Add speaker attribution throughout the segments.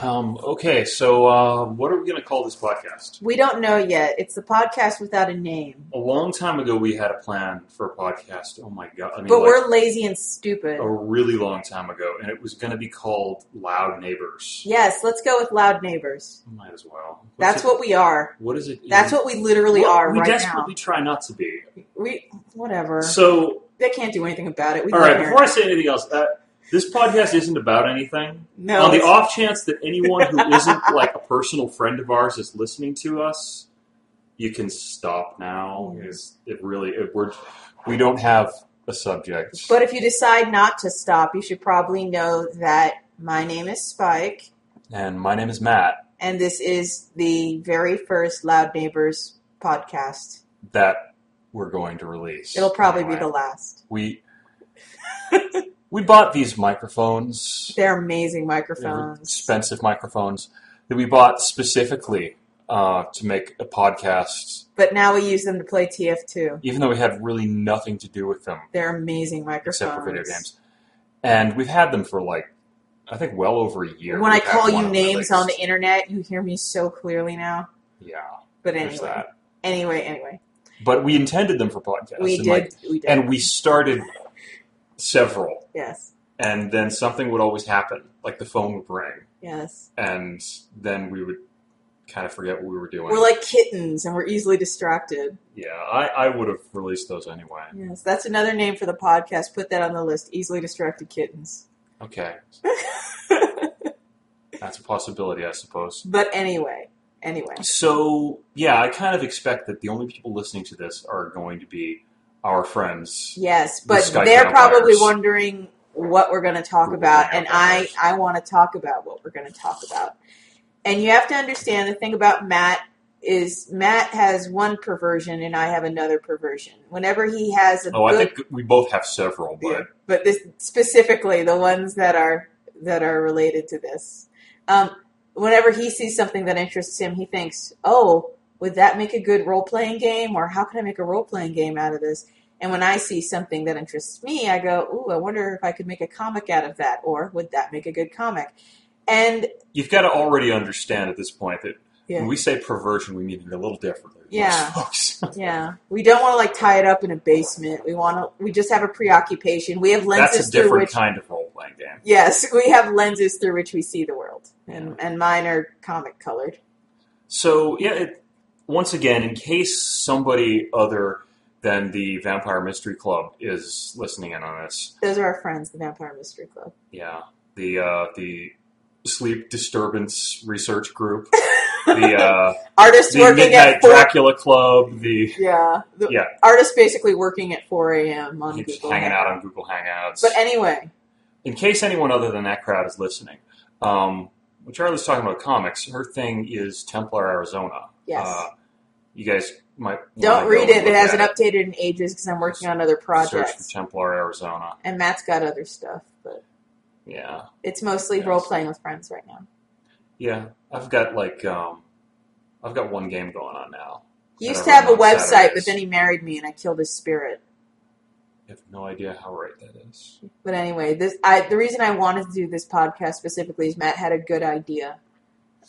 Speaker 1: Um, Okay, so uh, what are we going to call this podcast?
Speaker 2: We don't know yet. It's the podcast without a name.
Speaker 1: A long time ago, we had a plan for a podcast. Oh my god! I mean,
Speaker 2: but
Speaker 1: like,
Speaker 2: we're lazy and stupid.
Speaker 1: a really long time ago, and it was going to be called Loud Neighbors.
Speaker 2: Yes, let's go with loud neighbors.
Speaker 1: Might as well. What's
Speaker 2: That's
Speaker 1: it-
Speaker 2: what we are.
Speaker 1: What is it?
Speaker 2: That's what we literally
Speaker 1: Well,
Speaker 2: are
Speaker 1: We
Speaker 2: right
Speaker 1: desperately try not to be.
Speaker 2: now. We whatever.
Speaker 1: So,
Speaker 2: they can't do anything about it. We
Speaker 1: all
Speaker 2: live
Speaker 1: right.
Speaker 2: here.
Speaker 1: Before I say anything else, uh, this podcast isn't about anything.
Speaker 2: no.
Speaker 1: On the
Speaker 2: it's-
Speaker 1: off chance that anyone who isn't like a personal friend of ours is listening to us, you can stop now.
Speaker 2: Mhm.
Speaker 1: Is it really? It, we're we don't have a subject.
Speaker 2: but if you decide not to stop, you should probably know that my name is Spike,
Speaker 1: and my name is Matt.
Speaker 2: and this is the very first Loud Neighbors podcast.
Speaker 1: That we're going to release.
Speaker 2: It'll probably
Speaker 1: Anyway,
Speaker 2: be the last.
Speaker 1: we. we bought these microphones.
Speaker 2: They're amazing
Speaker 1: They were
Speaker 2: microphones.
Speaker 1: expensive microphones that we bought specifically uh, to make a podcast,
Speaker 2: But now we use them to play TF2.
Speaker 1: even though we had really nothing to do with them
Speaker 2: They're amazing microphones.
Speaker 1: except for video games. And we've had them for like, I think, well over a year.
Speaker 2: When I
Speaker 1: We've had
Speaker 2: call
Speaker 1: one
Speaker 2: you
Speaker 1: of
Speaker 2: names on the
Speaker 1: least.
Speaker 2: internet, you hear me so clearly now.
Speaker 1: yeah,
Speaker 2: But
Speaker 1: there's
Speaker 2: anyway,
Speaker 1: that.
Speaker 2: anyway, anyway,
Speaker 1: But we intended them for podcasts,
Speaker 2: we
Speaker 1: and
Speaker 2: did,
Speaker 1: like,
Speaker 2: we did,
Speaker 1: and we started several,
Speaker 2: yes,
Speaker 1: and then something would always happen, like the phone would ring,
Speaker 2: yes.
Speaker 1: and then we would kind of forget what we were doing.
Speaker 2: We're like kittens, and we're easily distracted.
Speaker 1: yeah, I, I would have released those anyway.
Speaker 2: Yes, that's another name for the podcast. Put that on the list: easily distracted kittens.
Speaker 1: Okay. That's a possibility, I suppose.
Speaker 2: But anyway, anyway,
Speaker 1: So, yeah, I kind of expect that the only people listening to this are going to be our friends.
Speaker 2: yes.
Speaker 1: The
Speaker 2: But
Speaker 1: Skype
Speaker 2: they're probably
Speaker 1: vampires.
Speaker 2: wondering what we're going to talk
Speaker 1: Google
Speaker 2: about, and I
Speaker 1: vampires.
Speaker 2: I want to talk about what we're going to talk about. And you have to understand the thing about Matt is Matt has one perversion, and I have another perversion. Whenever he has a
Speaker 1: Oh, I
Speaker 2: good
Speaker 1: think we both have several, but
Speaker 2: Yeah, but this specifically the ones that are that are related to this. Um, whenever he sees something that interests him, he thinks, "Oh, would that make a good role playing game?" Or "How can I make a role playing game out of this?" And when I see something that interests me, I go, "Ooh, I wonder if I could make a comic out of that." Or would that make a good comic? And
Speaker 1: you've got to already understand at this point that
Speaker 2: yeah,
Speaker 1: when we say perversion, we mean it a little differently. than
Speaker 2: Yeah.
Speaker 1: most folks.
Speaker 2: yeah, we don't want to like tie it up in a basement. We want to. We just have a preoccupation. We have lenses
Speaker 1: That's a
Speaker 2: through
Speaker 1: different
Speaker 2: which
Speaker 1: kind of role playing game.
Speaker 2: Yes, we have lenses through which we see the world, and and mine are comic colored.
Speaker 1: So, yeah, it, once again, in case somebody other than the Vampire Mystery Club is listening in on this,
Speaker 2: Those are our friends, the Vampire Mystery Club.
Speaker 1: Yeah, the uh, the sleep disturbance research group, the uh,
Speaker 2: Artists
Speaker 1: the
Speaker 2: working
Speaker 1: Midnight
Speaker 2: at four.
Speaker 1: Dracula Club, the
Speaker 2: yeah, the
Speaker 1: Yeah.
Speaker 2: Artists basically working at four a.m. on
Speaker 1: just
Speaker 2: Google.
Speaker 1: hanging out
Speaker 2: Hangout.
Speaker 1: on Google Hangouts.
Speaker 2: But anyway,
Speaker 1: In case anyone other than that crowd is listening, um, when Charlie's talking about comics, her thing is Templar, Arizona.
Speaker 2: yes,
Speaker 1: Uh, you guys might wanna
Speaker 2: don't
Speaker 1: go and
Speaker 2: read it. It
Speaker 1: look
Speaker 2: hasn't
Speaker 1: at
Speaker 2: updated in ages because I'm working on other
Speaker 1: Search for
Speaker 2: projects,
Speaker 1: Templar, Arizona.
Speaker 2: and Matt's got other stuff, but
Speaker 1: Yeah,
Speaker 2: it's mostly
Speaker 1: Yes.
Speaker 2: role playing with friends right now.
Speaker 1: yeah. I've got like um, I've got one game going on now.
Speaker 2: He
Speaker 1: I
Speaker 2: used to
Speaker 1: don't
Speaker 2: have a
Speaker 1: know on
Speaker 2: website,
Speaker 1: Saturdays.
Speaker 2: but then he married me, and I killed his spirit.
Speaker 1: I have no idea how right that is.
Speaker 2: But anyway, this I the reason I wanted to do this podcast specifically is Matt had a good idea,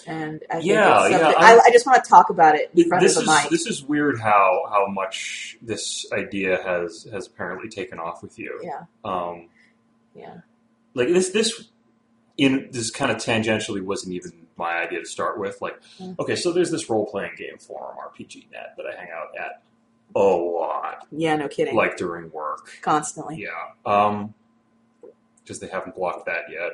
Speaker 2: and I think
Speaker 1: Yeah,
Speaker 2: it's
Speaker 1: yeah,
Speaker 2: something- I,
Speaker 1: I'm-
Speaker 2: I just want to talk about it in front
Speaker 1: this
Speaker 2: of
Speaker 1: is
Speaker 2: the mic.
Speaker 1: this is weird how how much this idea has has apparently taken off with you.
Speaker 2: Yeah.
Speaker 1: Um,
Speaker 2: Yeah.
Speaker 1: Like this this in this kind of tangentially wasn't even my idea to start with. Like,
Speaker 2: Mm.
Speaker 1: okay, so there's this role playing game forum RPG net that I hang out at a lot,
Speaker 2: yeah, no kidding,
Speaker 1: like during work.
Speaker 2: constantly.
Speaker 1: Yeah. Um, because they haven't blocked that yet.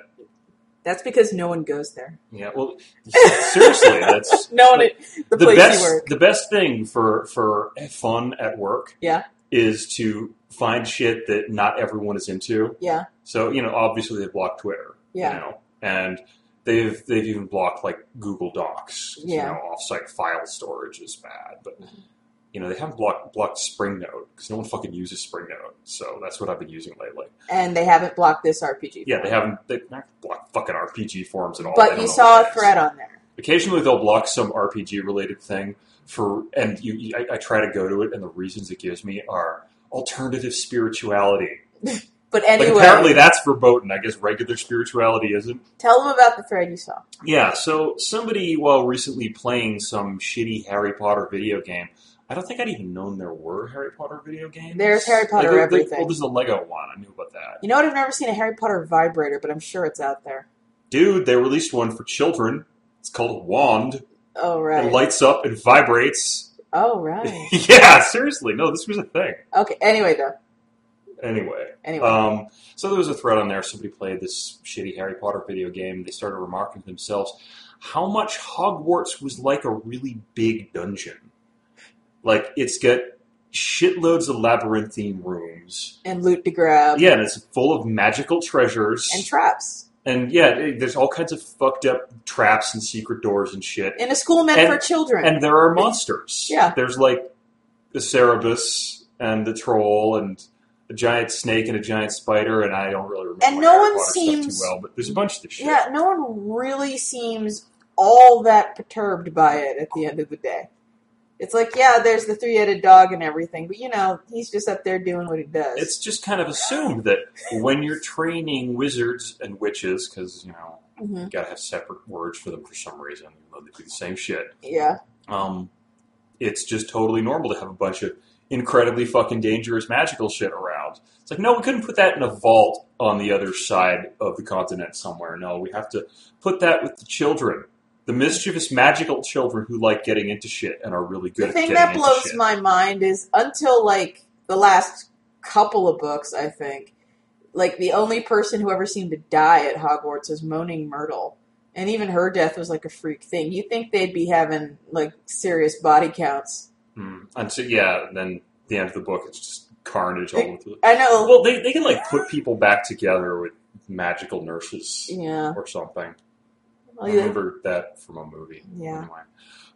Speaker 2: That's because no one goes there.
Speaker 1: Yeah. Well, seriously, that's
Speaker 2: No one,
Speaker 1: like,
Speaker 2: the,
Speaker 1: the
Speaker 2: place
Speaker 1: best
Speaker 2: you work.
Speaker 1: the best thing for for fun at work
Speaker 2: Yeah.
Speaker 1: is to find shit that not everyone is into
Speaker 2: Yeah,
Speaker 1: so you know obviously they've blocked twitter
Speaker 2: yeah,
Speaker 1: you know and they've they've even blocked like google docs 'cause,
Speaker 2: Yeah.
Speaker 1: you
Speaker 2: Mm-hmm.
Speaker 1: know offsite file storage is bad but you know they haven't blocked blocked spring note because no one fucking uses spring note so that's what i've been using lately
Speaker 2: and they haven't blocked this RPG.
Speaker 1: yeah they
Speaker 2: forum.
Speaker 1: haven't they've not blocked fucking rpg forums at all They
Speaker 2: But
Speaker 1: don't
Speaker 2: you
Speaker 1: know what
Speaker 2: saw a
Speaker 1: that is
Speaker 2: thread on there.
Speaker 1: occasionally they'll block some RPG related thing for, and you, you I, I try to go to it, and the reasons it gives me are alternative spirituality.
Speaker 2: But
Speaker 1: Like,
Speaker 2: anyway,
Speaker 1: apparently that's verboten. I guess regular spirituality isn't.
Speaker 2: tell them about the thread you saw.
Speaker 1: Yeah, so somebody, while recently playing some shitty Harry Potter video game, I don't think I'd even known there were Harry Potter video games.
Speaker 2: There's Harry Potter
Speaker 1: there- there-
Speaker 2: everything.
Speaker 1: well, there's a Lego one. I knew about that.
Speaker 2: You know what? I've never seen a Harry Potter vibrator, but I'm sure it's out there.
Speaker 1: Dude, they released one for children. It's called a wand.
Speaker 2: Oh right.
Speaker 1: It lights up and vibrates.
Speaker 2: oh right.
Speaker 1: yeah, seriously. No, this was a thing.
Speaker 2: Okay. Anyway, though.
Speaker 1: Anyway.
Speaker 2: Anyway.
Speaker 1: Um, so there was a thread on there. Somebody played this shitty Harry Potter video game. They started remarking to themselves how much Hogwarts was like a really big dungeon. Like it's got shitloads of labyrinthine rooms.
Speaker 2: and loot to grab.
Speaker 1: Yeah, and it's full of magical treasures.
Speaker 2: And traps
Speaker 1: and yeah, it- there's all kinds of fucked up traps and secret doors and shit.
Speaker 2: in a school meant
Speaker 1: And-
Speaker 2: for children.
Speaker 1: And there are monsters.
Speaker 2: Yeah.
Speaker 1: There's like the Cerebus and the troll and a giant snake and a giant spider, and I don't really remember
Speaker 2: And
Speaker 1: my
Speaker 2: no
Speaker 1: Harry
Speaker 2: one
Speaker 1: Potter stuff
Speaker 2: seems-
Speaker 1: too well, but there's a bunch of this shit.
Speaker 2: yeah, no one really seems all that perturbed by it at the end of the day. It's like, yeah, there's the three-headed dog and everything, but you know, he's just up there doing what he does.
Speaker 1: It's just kind of assumed that when you're training wizards and witches, because you know
Speaker 2: hmm
Speaker 1: you gotta have separate words for them for some reason, even though they do the same shit.
Speaker 2: Yeah,
Speaker 1: Um, it's just totally normal to have a bunch of incredibly fucking dangerous magical shit around. It's like, no, we couldn't put that in a vault on the other side of the continent somewhere. No, we have to put that with the children. The mischievous magical children who like getting into shit and are really good
Speaker 2: the
Speaker 1: at
Speaker 2: thing
Speaker 1: getting
Speaker 2: that
Speaker 1: into
Speaker 2: blows
Speaker 1: shit.
Speaker 2: my mind is until like the last couple of books, I think, like the only person who ever seemed to die at Hogwarts was Moaning Myrtle, and even her death was like a freak thing. You would think they'd be having like serious body counts?
Speaker 1: Hmm. And so, yeah, and then the end of the book, it's just carnage all over the
Speaker 2: I know.
Speaker 1: Well, they, they can like put people back together with magical nurses
Speaker 2: Yeah.
Speaker 1: or something.
Speaker 2: Well,
Speaker 1: I
Speaker 2: yeah.
Speaker 1: remember that from a movie.
Speaker 2: Yeah.
Speaker 1: Anyway.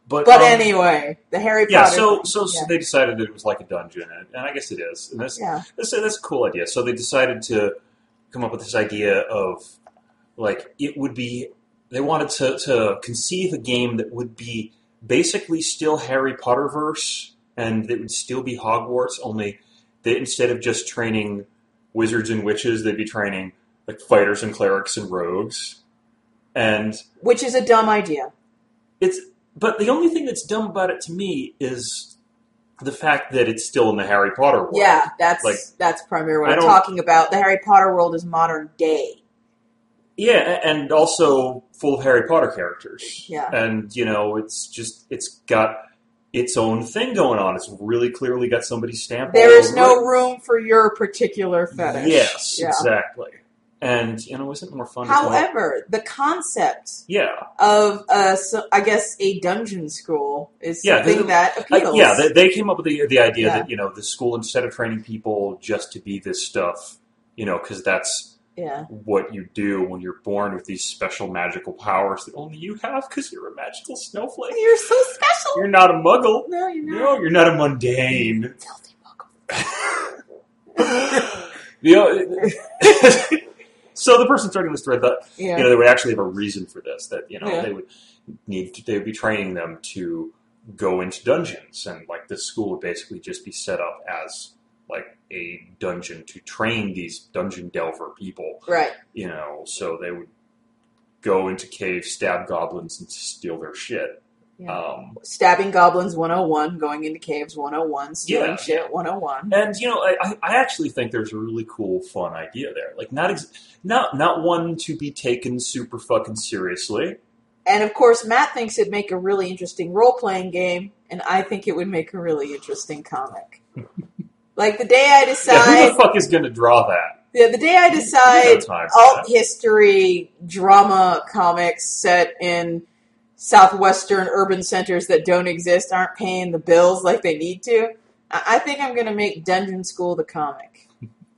Speaker 1: But,
Speaker 2: But
Speaker 1: um,
Speaker 2: anyway, the Harry
Speaker 1: Yeah,
Speaker 2: Potter.
Speaker 1: so
Speaker 2: thing.
Speaker 1: so, so
Speaker 2: yeah.
Speaker 1: they decided that it was like a dungeon, and, and I guess it is. And that's,
Speaker 2: Yeah.
Speaker 1: that's that's a cool idea. So they decided to come up with this idea of like it would be. They wanted to to conceive a game that would be basically still Harry Potter verse, and it would still be Hogwarts. Only they instead of just training wizards and witches, they'd be training like fighters and clerics and rogues, and
Speaker 2: which is a dumb idea.
Speaker 1: it's but the only thing that's dumb about it to me is the fact that it's still in the Harry Potter world.
Speaker 2: Yeah, that's
Speaker 1: Like,
Speaker 2: that's primarily what
Speaker 1: I
Speaker 2: I'm
Speaker 1: don't-
Speaker 2: talking about. The Harry Potter world is modern day.
Speaker 1: Yeah, a- and also full of Harry Potter characters.
Speaker 2: Yeah.
Speaker 1: And you know, it's just it's got its own thing going on. It's really clearly got somebody's stamp.
Speaker 2: There
Speaker 1: all
Speaker 2: is
Speaker 1: over
Speaker 2: no
Speaker 1: it.
Speaker 2: room for your particular fetish.
Speaker 1: Yes,
Speaker 2: Yeah.
Speaker 1: exactly. And you know, isn't it more fun? to call it-
Speaker 2: However, the concept
Speaker 1: yeah,
Speaker 2: of uh, so, I guess a dungeon school is
Speaker 1: Yeah,
Speaker 2: something
Speaker 1: this is-
Speaker 2: that
Speaker 1: Like,
Speaker 2: appeals.
Speaker 1: yeah. They, they came up with the the idea
Speaker 2: Yeah.
Speaker 1: that you know the school instead of training people just to be this stuff, you know, because that's
Speaker 2: yeah,
Speaker 1: what you do when you're born with these special magical powers that only you have because you're a magical snowflake.
Speaker 2: you're so special.
Speaker 1: You're not a muggle.
Speaker 2: No, you're not.
Speaker 1: No, you're not a mundane.
Speaker 2: Filthy muggle.
Speaker 1: You know, so the person starting this thread thought,
Speaker 2: Yeah.
Speaker 1: you know, they would actually have a reason for this. That you know,
Speaker 2: Yeah.
Speaker 1: they would need to, they would be training them to go into dungeons, and like this school would basically just be set up as like a dungeon to train these dungeon delver people
Speaker 2: right.
Speaker 1: you know, so they would go into caves, stab goblins, and steal their shit.
Speaker 2: Yeah.
Speaker 1: Um,
Speaker 2: Stabbing goblins 101, going into caves 101, stealing
Speaker 1: Yeah.
Speaker 2: shit 101.
Speaker 1: and you know, I, I- I actually think there's a really cool, fun idea there. Like not ex- not not one to be taken super fucking seriously.
Speaker 2: And of course, Matt thinks it'd make a really interesting role playing game, and I think it would make a really interesting comic. like the day I
Speaker 1: Yeah, who
Speaker 2: decide,
Speaker 1: the fuck is going to draw that?
Speaker 2: yeah, the day I
Speaker 1: You- you
Speaker 2: decide
Speaker 1: got time for that.
Speaker 2: alt history drama comics set in southwestern urban centers that don't exist aren't paying the bills like they need to. I, I think I'm going to make Dungeon School the comic.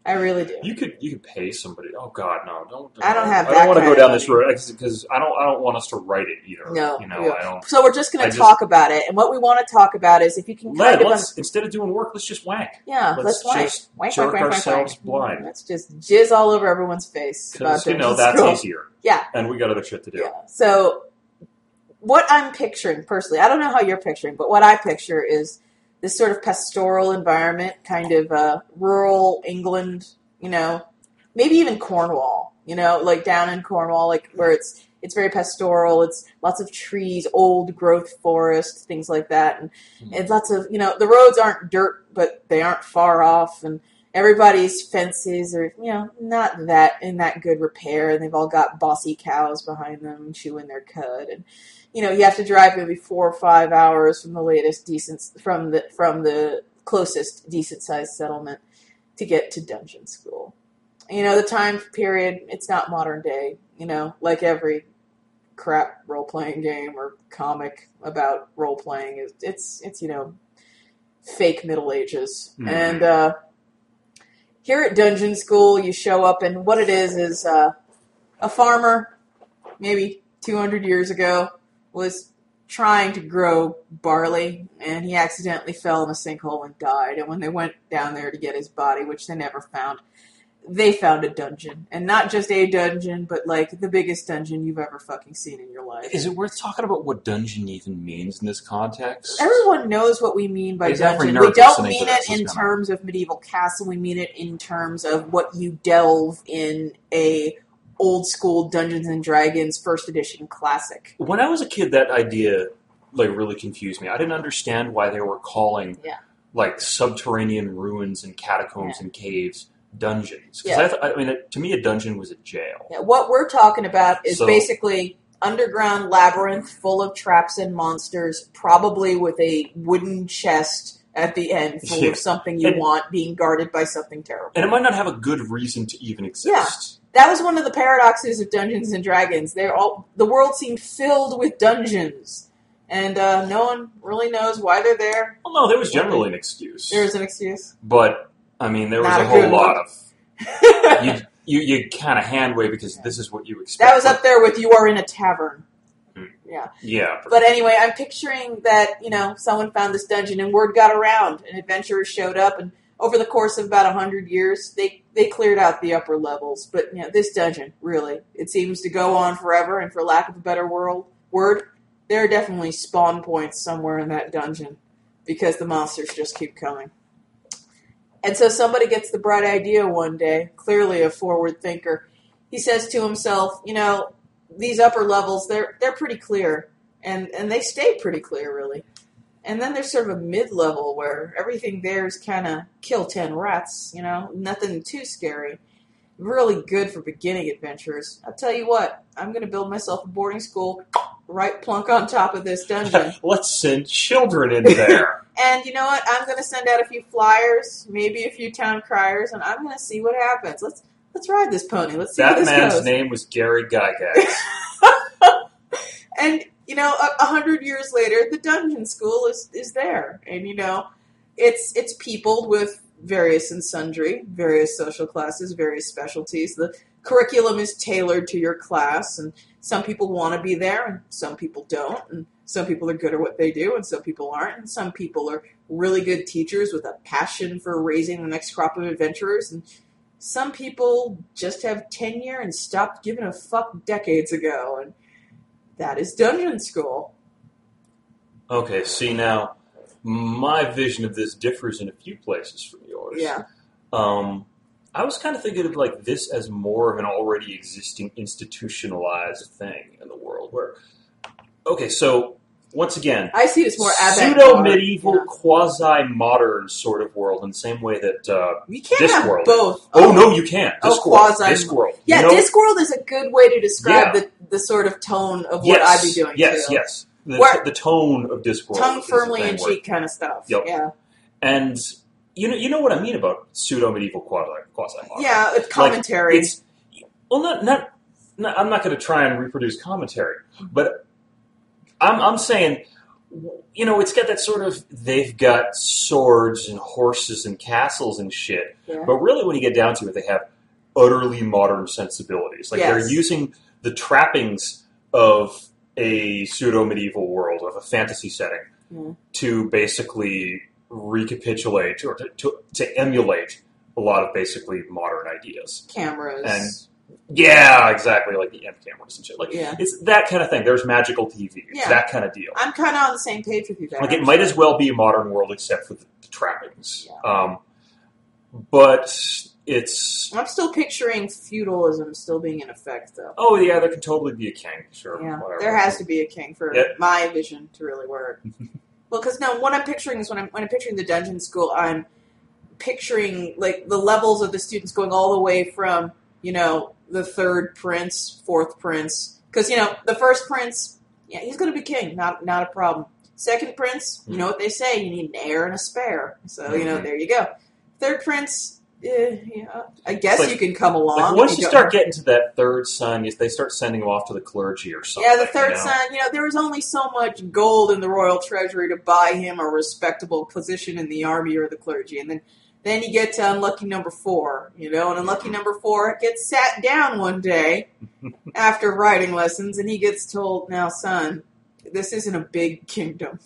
Speaker 2: I really do.
Speaker 1: You could you could pay somebody. Oh God, no! Don't.
Speaker 2: I don't have
Speaker 1: I
Speaker 2: that
Speaker 1: don't want to
Speaker 2: kind
Speaker 1: go
Speaker 2: of
Speaker 1: down this
Speaker 2: money.
Speaker 1: road because I don't. I don't want us to write it either.
Speaker 2: No,
Speaker 1: you
Speaker 2: we
Speaker 1: know,
Speaker 2: don't.
Speaker 1: I don't.
Speaker 2: So we're just
Speaker 1: I
Speaker 2: going to
Speaker 1: just-
Speaker 2: talk about it, and what we want to talk about is if you can kind
Speaker 1: Let,
Speaker 2: of un-
Speaker 1: us instead of doing work, let's just whack.
Speaker 2: Yeah, let's,
Speaker 1: Let's
Speaker 2: wank.
Speaker 1: just
Speaker 2: Wank,
Speaker 1: jerk
Speaker 2: wank, wank, wank,
Speaker 1: ourselves
Speaker 2: wank.
Speaker 1: blind.
Speaker 2: Let's just jizz all over everyone's face. about
Speaker 1: Because you know
Speaker 2: Dungeon
Speaker 1: that's
Speaker 2: Scrolls.
Speaker 1: easier.
Speaker 2: Yeah.
Speaker 1: and we got other shit to do.
Speaker 2: Yeah. So, what I'm picturing personally, I don't know how you're picturing, but what I picture is this sort of pastoral environment, kind of uh, rural England, you know, maybe even Cornwall. You know, like down in Cornwall, like where it's it's very pastoral. It's lots of trees, old growth forest, things like that, and
Speaker 1: Hmm.
Speaker 2: it's lots of you know the roads aren't dirt, but they aren't far off, and everybody's fences are you know not that in that good repair, and they've all got bossy cows behind them chewing their cud, and you know you have to drive maybe four or five hours from the latest decent from the from the closest decent sized settlement to get to dungeon school. You know, the time period, it's not modern day, you know, like every crap role playing game or comic about role playing is it's it's, you know, fake middle ages.
Speaker 1: Hmm.
Speaker 2: And uh here at dungeon school you show up and what it is is uh a farmer maybe 200 years ago was trying to grow barley and he accidentally fell in a sinkhole and died and when they went down there to get his body which they never found they found a dungeon and not just a dungeon but like the biggest dungeon you've ever fucking seen in your life
Speaker 1: Is it worth talking about what dungeon even means in this context?
Speaker 2: Everyone knows what we mean by
Speaker 1: Except for
Speaker 2: dungeon.
Speaker 1: nerds
Speaker 2: We don't
Speaker 1: listening to
Speaker 2: mean
Speaker 1: this,
Speaker 2: it in
Speaker 1: it's gonna-
Speaker 2: terms of medieval castle. We mean it in terms of what you delve in a old school Dungeons and Dragons first edition classic.
Speaker 1: When I was a kid, that idea like really confused me. I didn't understand why they were calling
Speaker 2: Yeah.
Speaker 1: like subterranean ruins and catacombs
Speaker 2: Yeah.
Speaker 1: and caves dungeons. Because
Speaker 2: Yeah.
Speaker 1: I, th- I mean, it, to me, a dungeon was a jail.
Speaker 2: Now, what we're talking about is
Speaker 1: So-
Speaker 2: basically underground labyrinth full of traps and monsters, probably with a wooden chest at the end full
Speaker 1: Yeah.
Speaker 2: of something you
Speaker 1: And-
Speaker 2: want being guarded by something terrible.
Speaker 1: And it might not have a good reason to even exist.
Speaker 2: that was one of the paradoxes of Dungeons and Dragons. They're all the world seemed filled with dungeons, and uh, no one really knows why they're there.
Speaker 1: Well, no, there was generally an excuse.
Speaker 2: There's an excuse.
Speaker 1: but I mean, there was
Speaker 2: Not
Speaker 1: a
Speaker 2: a
Speaker 1: whole
Speaker 2: good
Speaker 1: lot of
Speaker 2: that
Speaker 1: you. You, you kind of hand wave because
Speaker 2: Yeah.
Speaker 1: this is what you expect.
Speaker 2: was up there with you are in a tavern.
Speaker 1: Yeah,
Speaker 2: But anyway, I'm picturing that you know someone found this dungeon and word got around, and adventurers showed up, and over the course of about a hundred years, they they cleared out the upper levels. But you know this dungeon really, it seems to go on forever, and for lack of a better world word, there are definitely spawn points somewhere in that dungeon because the monsters just keep coming. And so somebody gets the bright idea one day, clearly a forward thinker. He says to himself, you know, these upper levels, they're they're pretty clear. And and they stay pretty clear really. And then there's sort of a mid level where everything there is kinda kill ten rats, you know, nothing too scary. Really good for beginning adventurers. I'll tell you what, I'm gonna build myself a boarding school right plunk on top of this dungeon.
Speaker 1: let's send children in there.
Speaker 2: And you know what? I'm going to send out a few flyers, maybe a few town criers, and I'm going to see what happens. Let's let's ride this pony. Let's see
Speaker 1: that
Speaker 2: where this
Speaker 1: man's
Speaker 2: goes.
Speaker 1: name was Gary Gygax.
Speaker 2: And you know, a, a hundred years later, the dungeon school is is there, and you know, it's it's peopled with various and sundry, various social classes, various specialties. The curriculum is tailored to your class, and some people want to be there, and some people don't, and some people are good at what they do, and some people aren't, and some people are really good teachers with a passion for raising the next crop of adventurers, and some people just have tenure and stopped giving a fuck decades ago, and that is dungeon school.
Speaker 1: okay, see now, my vision of this differs in a few places from yours.
Speaker 2: Yeah.
Speaker 1: Um, I was kind of thinking of like this as more of an already existing institutionalized thing in the world. Where, okay, so once again,
Speaker 2: I see it as more avant
Speaker 1: pseudo medieval,
Speaker 2: Yeah.
Speaker 1: quasi modern sort of world in the same way that. Uh,
Speaker 2: You can't
Speaker 1: Discworld.
Speaker 2: have both.
Speaker 1: oh, no, you can't.
Speaker 2: Oh,
Speaker 1: Discworld.
Speaker 2: quasi-
Speaker 1: Discworld. You
Speaker 2: Yeah,
Speaker 1: know-
Speaker 2: Discworld is a good way to describe
Speaker 1: Yeah.
Speaker 2: the, the sort of tone of what
Speaker 1: yes,
Speaker 2: I'd be doing
Speaker 1: Yes,
Speaker 2: too.
Speaker 1: yes. The,
Speaker 2: Where-
Speaker 1: the tone of Discworld.
Speaker 2: Tongue
Speaker 1: is the
Speaker 2: firmly
Speaker 1: thing
Speaker 2: in
Speaker 1: where-
Speaker 2: cheek kind of stuff.
Speaker 1: Yep.
Speaker 2: Yeah.
Speaker 1: And you know, you know what I mean about pseudo medieval quasi quasi modern.
Speaker 2: Yeah, it's commentary.
Speaker 1: It's well, not not. not I'm not going to try and reproduce commentary, but I'm I'm saying, you know, it's got that sort of they've got swords and horses and castles and shit,
Speaker 2: yeah.
Speaker 1: but really, when you get down to it, they have utterly modern sensibilities. Like they're
Speaker 2: Yes.
Speaker 1: using the trappings of a pseudo medieval world, of a fantasy setting,
Speaker 2: Mm.
Speaker 1: to basically recapitulate or to, to, to emulate a lot of basically modern ideas.
Speaker 2: Cameras.
Speaker 1: Yeah, exactly, like the amp cameras and shit. Like
Speaker 2: yeah.
Speaker 1: it's that kind of thing. There's magical TV. It's
Speaker 2: Yeah.
Speaker 1: that kind of deal.
Speaker 2: I'm kind of on the same page with you there.
Speaker 1: Like it might as well be a modern world except for the, the trappings.
Speaker 2: Yeah.
Speaker 1: Um, but it's
Speaker 2: I'm still picturing feudalism still being in effect, though.
Speaker 1: oh yeah, there can totally be a king. Sure,
Speaker 2: Yeah,
Speaker 1: whatever.
Speaker 2: there has to be a king for
Speaker 1: Yeah.
Speaker 2: my vision to really work. well, because now what I'm picturing is when I'm when I'm picturing the dungeon school, I'm picturing like the levels of the students going all the way from you know the third prince, fourth prince, because you know the first prince, yeah, he's going to be king, not not a problem. Second prince, you know what they say, you need an heir and a spare, so you know
Speaker 1: Mhm.
Speaker 2: there you go. Third prince, eh, yeah, I guess
Speaker 1: like-
Speaker 2: you can come along.
Speaker 1: Like once
Speaker 2: if
Speaker 1: you
Speaker 2: don't-
Speaker 1: start getting to that third son, yes, they start sending him off to the clergy or something.
Speaker 2: yeah, the third
Speaker 1: you know?
Speaker 2: son, you know, there was only so much gold in the royal treasury to buy him a respectable position in the army or the clergy. And then then you get to unlucky number four, you know, and unlucky number four gets sat down one day after riding lessons and he gets told, Now son, this isn't a big kingdom.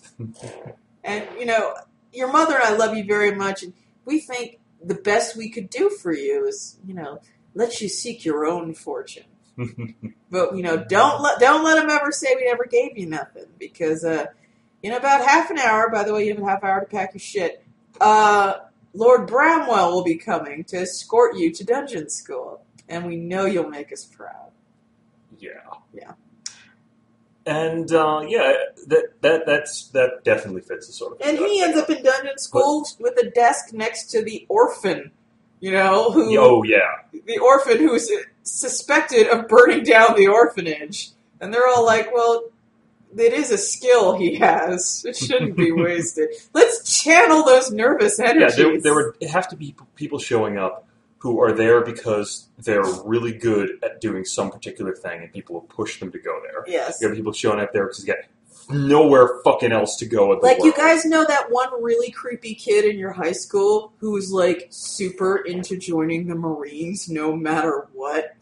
Speaker 2: and you know, your mother and I love you very much and we think the best we could do for you is, you know, let you seek your own fortune. But you know, don't let don't let them ever say we never gave you nothing because uh, in about half an hour. By the way, you have a half hour to pack your shit. Uh, Lord Bramwell will be coming to escort you to Dungeon School, and we know you'll make us proud.
Speaker 1: yeah,
Speaker 2: Yeah.
Speaker 1: and uh, yeah, that that that's that definitely fits the sort of.
Speaker 2: And he ends up in Dungeon School with a desk next to the orphan, you know, who
Speaker 1: Oh yeah,
Speaker 2: the orphan who's suspected of burning down the orphanage. And they're all like, well, it is a skill he has. It shouldn't be wasted. Let's channel those nervous
Speaker 1: yeah.
Speaker 2: energies.
Speaker 1: There, there would have to be people showing up who are there because they're really good at doing some particular thing, and people will push them to go there.
Speaker 2: Yes.
Speaker 1: You have people showing up there because you got nowhere fucking else to go. In the
Speaker 2: Like, you
Speaker 1: world.
Speaker 2: guys know that one really creepy kid in your high school who was, like, super into joining the Marines no matter what?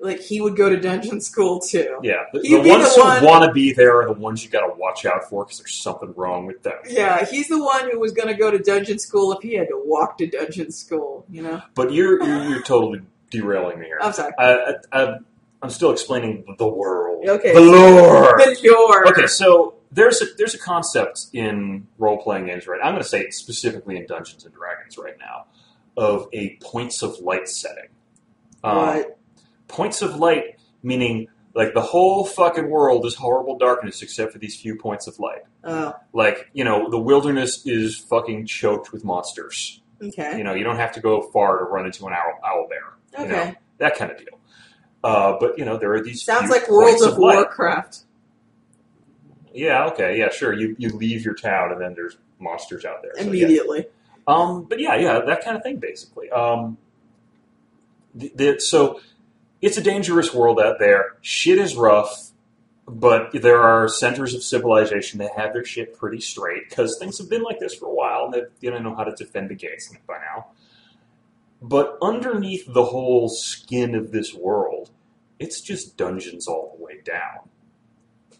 Speaker 2: Like, he would go to dungeon school, too.
Speaker 1: Mm-hmm. Yeah, the,
Speaker 2: He'd
Speaker 1: the
Speaker 2: be
Speaker 1: ones
Speaker 2: the
Speaker 1: who
Speaker 2: one-
Speaker 1: want to be there are the ones you got to watch out for because there's something wrong with them.
Speaker 2: Yeah, he's the one who was going to go to dungeon school if he had to walk to dungeon school, you know?
Speaker 1: But you're you're, you're totally derailing me here.
Speaker 2: I'm sorry.
Speaker 1: I, I, I, I'm still explaining the world,
Speaker 2: Okay.
Speaker 1: the lore.
Speaker 2: The lure.
Speaker 1: Okay, so there's a there's a concept in role playing games, right? I'm going to say specifically in Dungeons and Dragons right now, of a points of light setting. Um, Oh.
Speaker 2: What?
Speaker 1: Points of light meaning like the whole fucking world is horrible darkness except for these few points of light.
Speaker 2: Oh,
Speaker 1: Like you know, the wilderness is fucking choked with monsters.
Speaker 2: okay.
Speaker 1: You know, you don't have to go far to run into an owl, owl bear.
Speaker 2: Okay.
Speaker 1: You know, that kind of deal. Uh, but you know, there are these
Speaker 2: Sounds
Speaker 1: few
Speaker 2: like World
Speaker 1: points
Speaker 2: of
Speaker 1: light.
Speaker 2: Warcraft.
Speaker 1: Yeah, okay, yeah, sure. You you leave your town and then there's monsters out there. so, yeah.
Speaker 2: Immediately.
Speaker 1: Um, but yeah, yeah, that kind of thing basically. Um, the, the, so it's a dangerous world out there. Shit is rough, but there are centers of civilization that have their shit pretty straight because things have been like this for a while and they, they don't know how to defend against it by now. But underneath the whole skin of this world, it's just dungeons all the way down.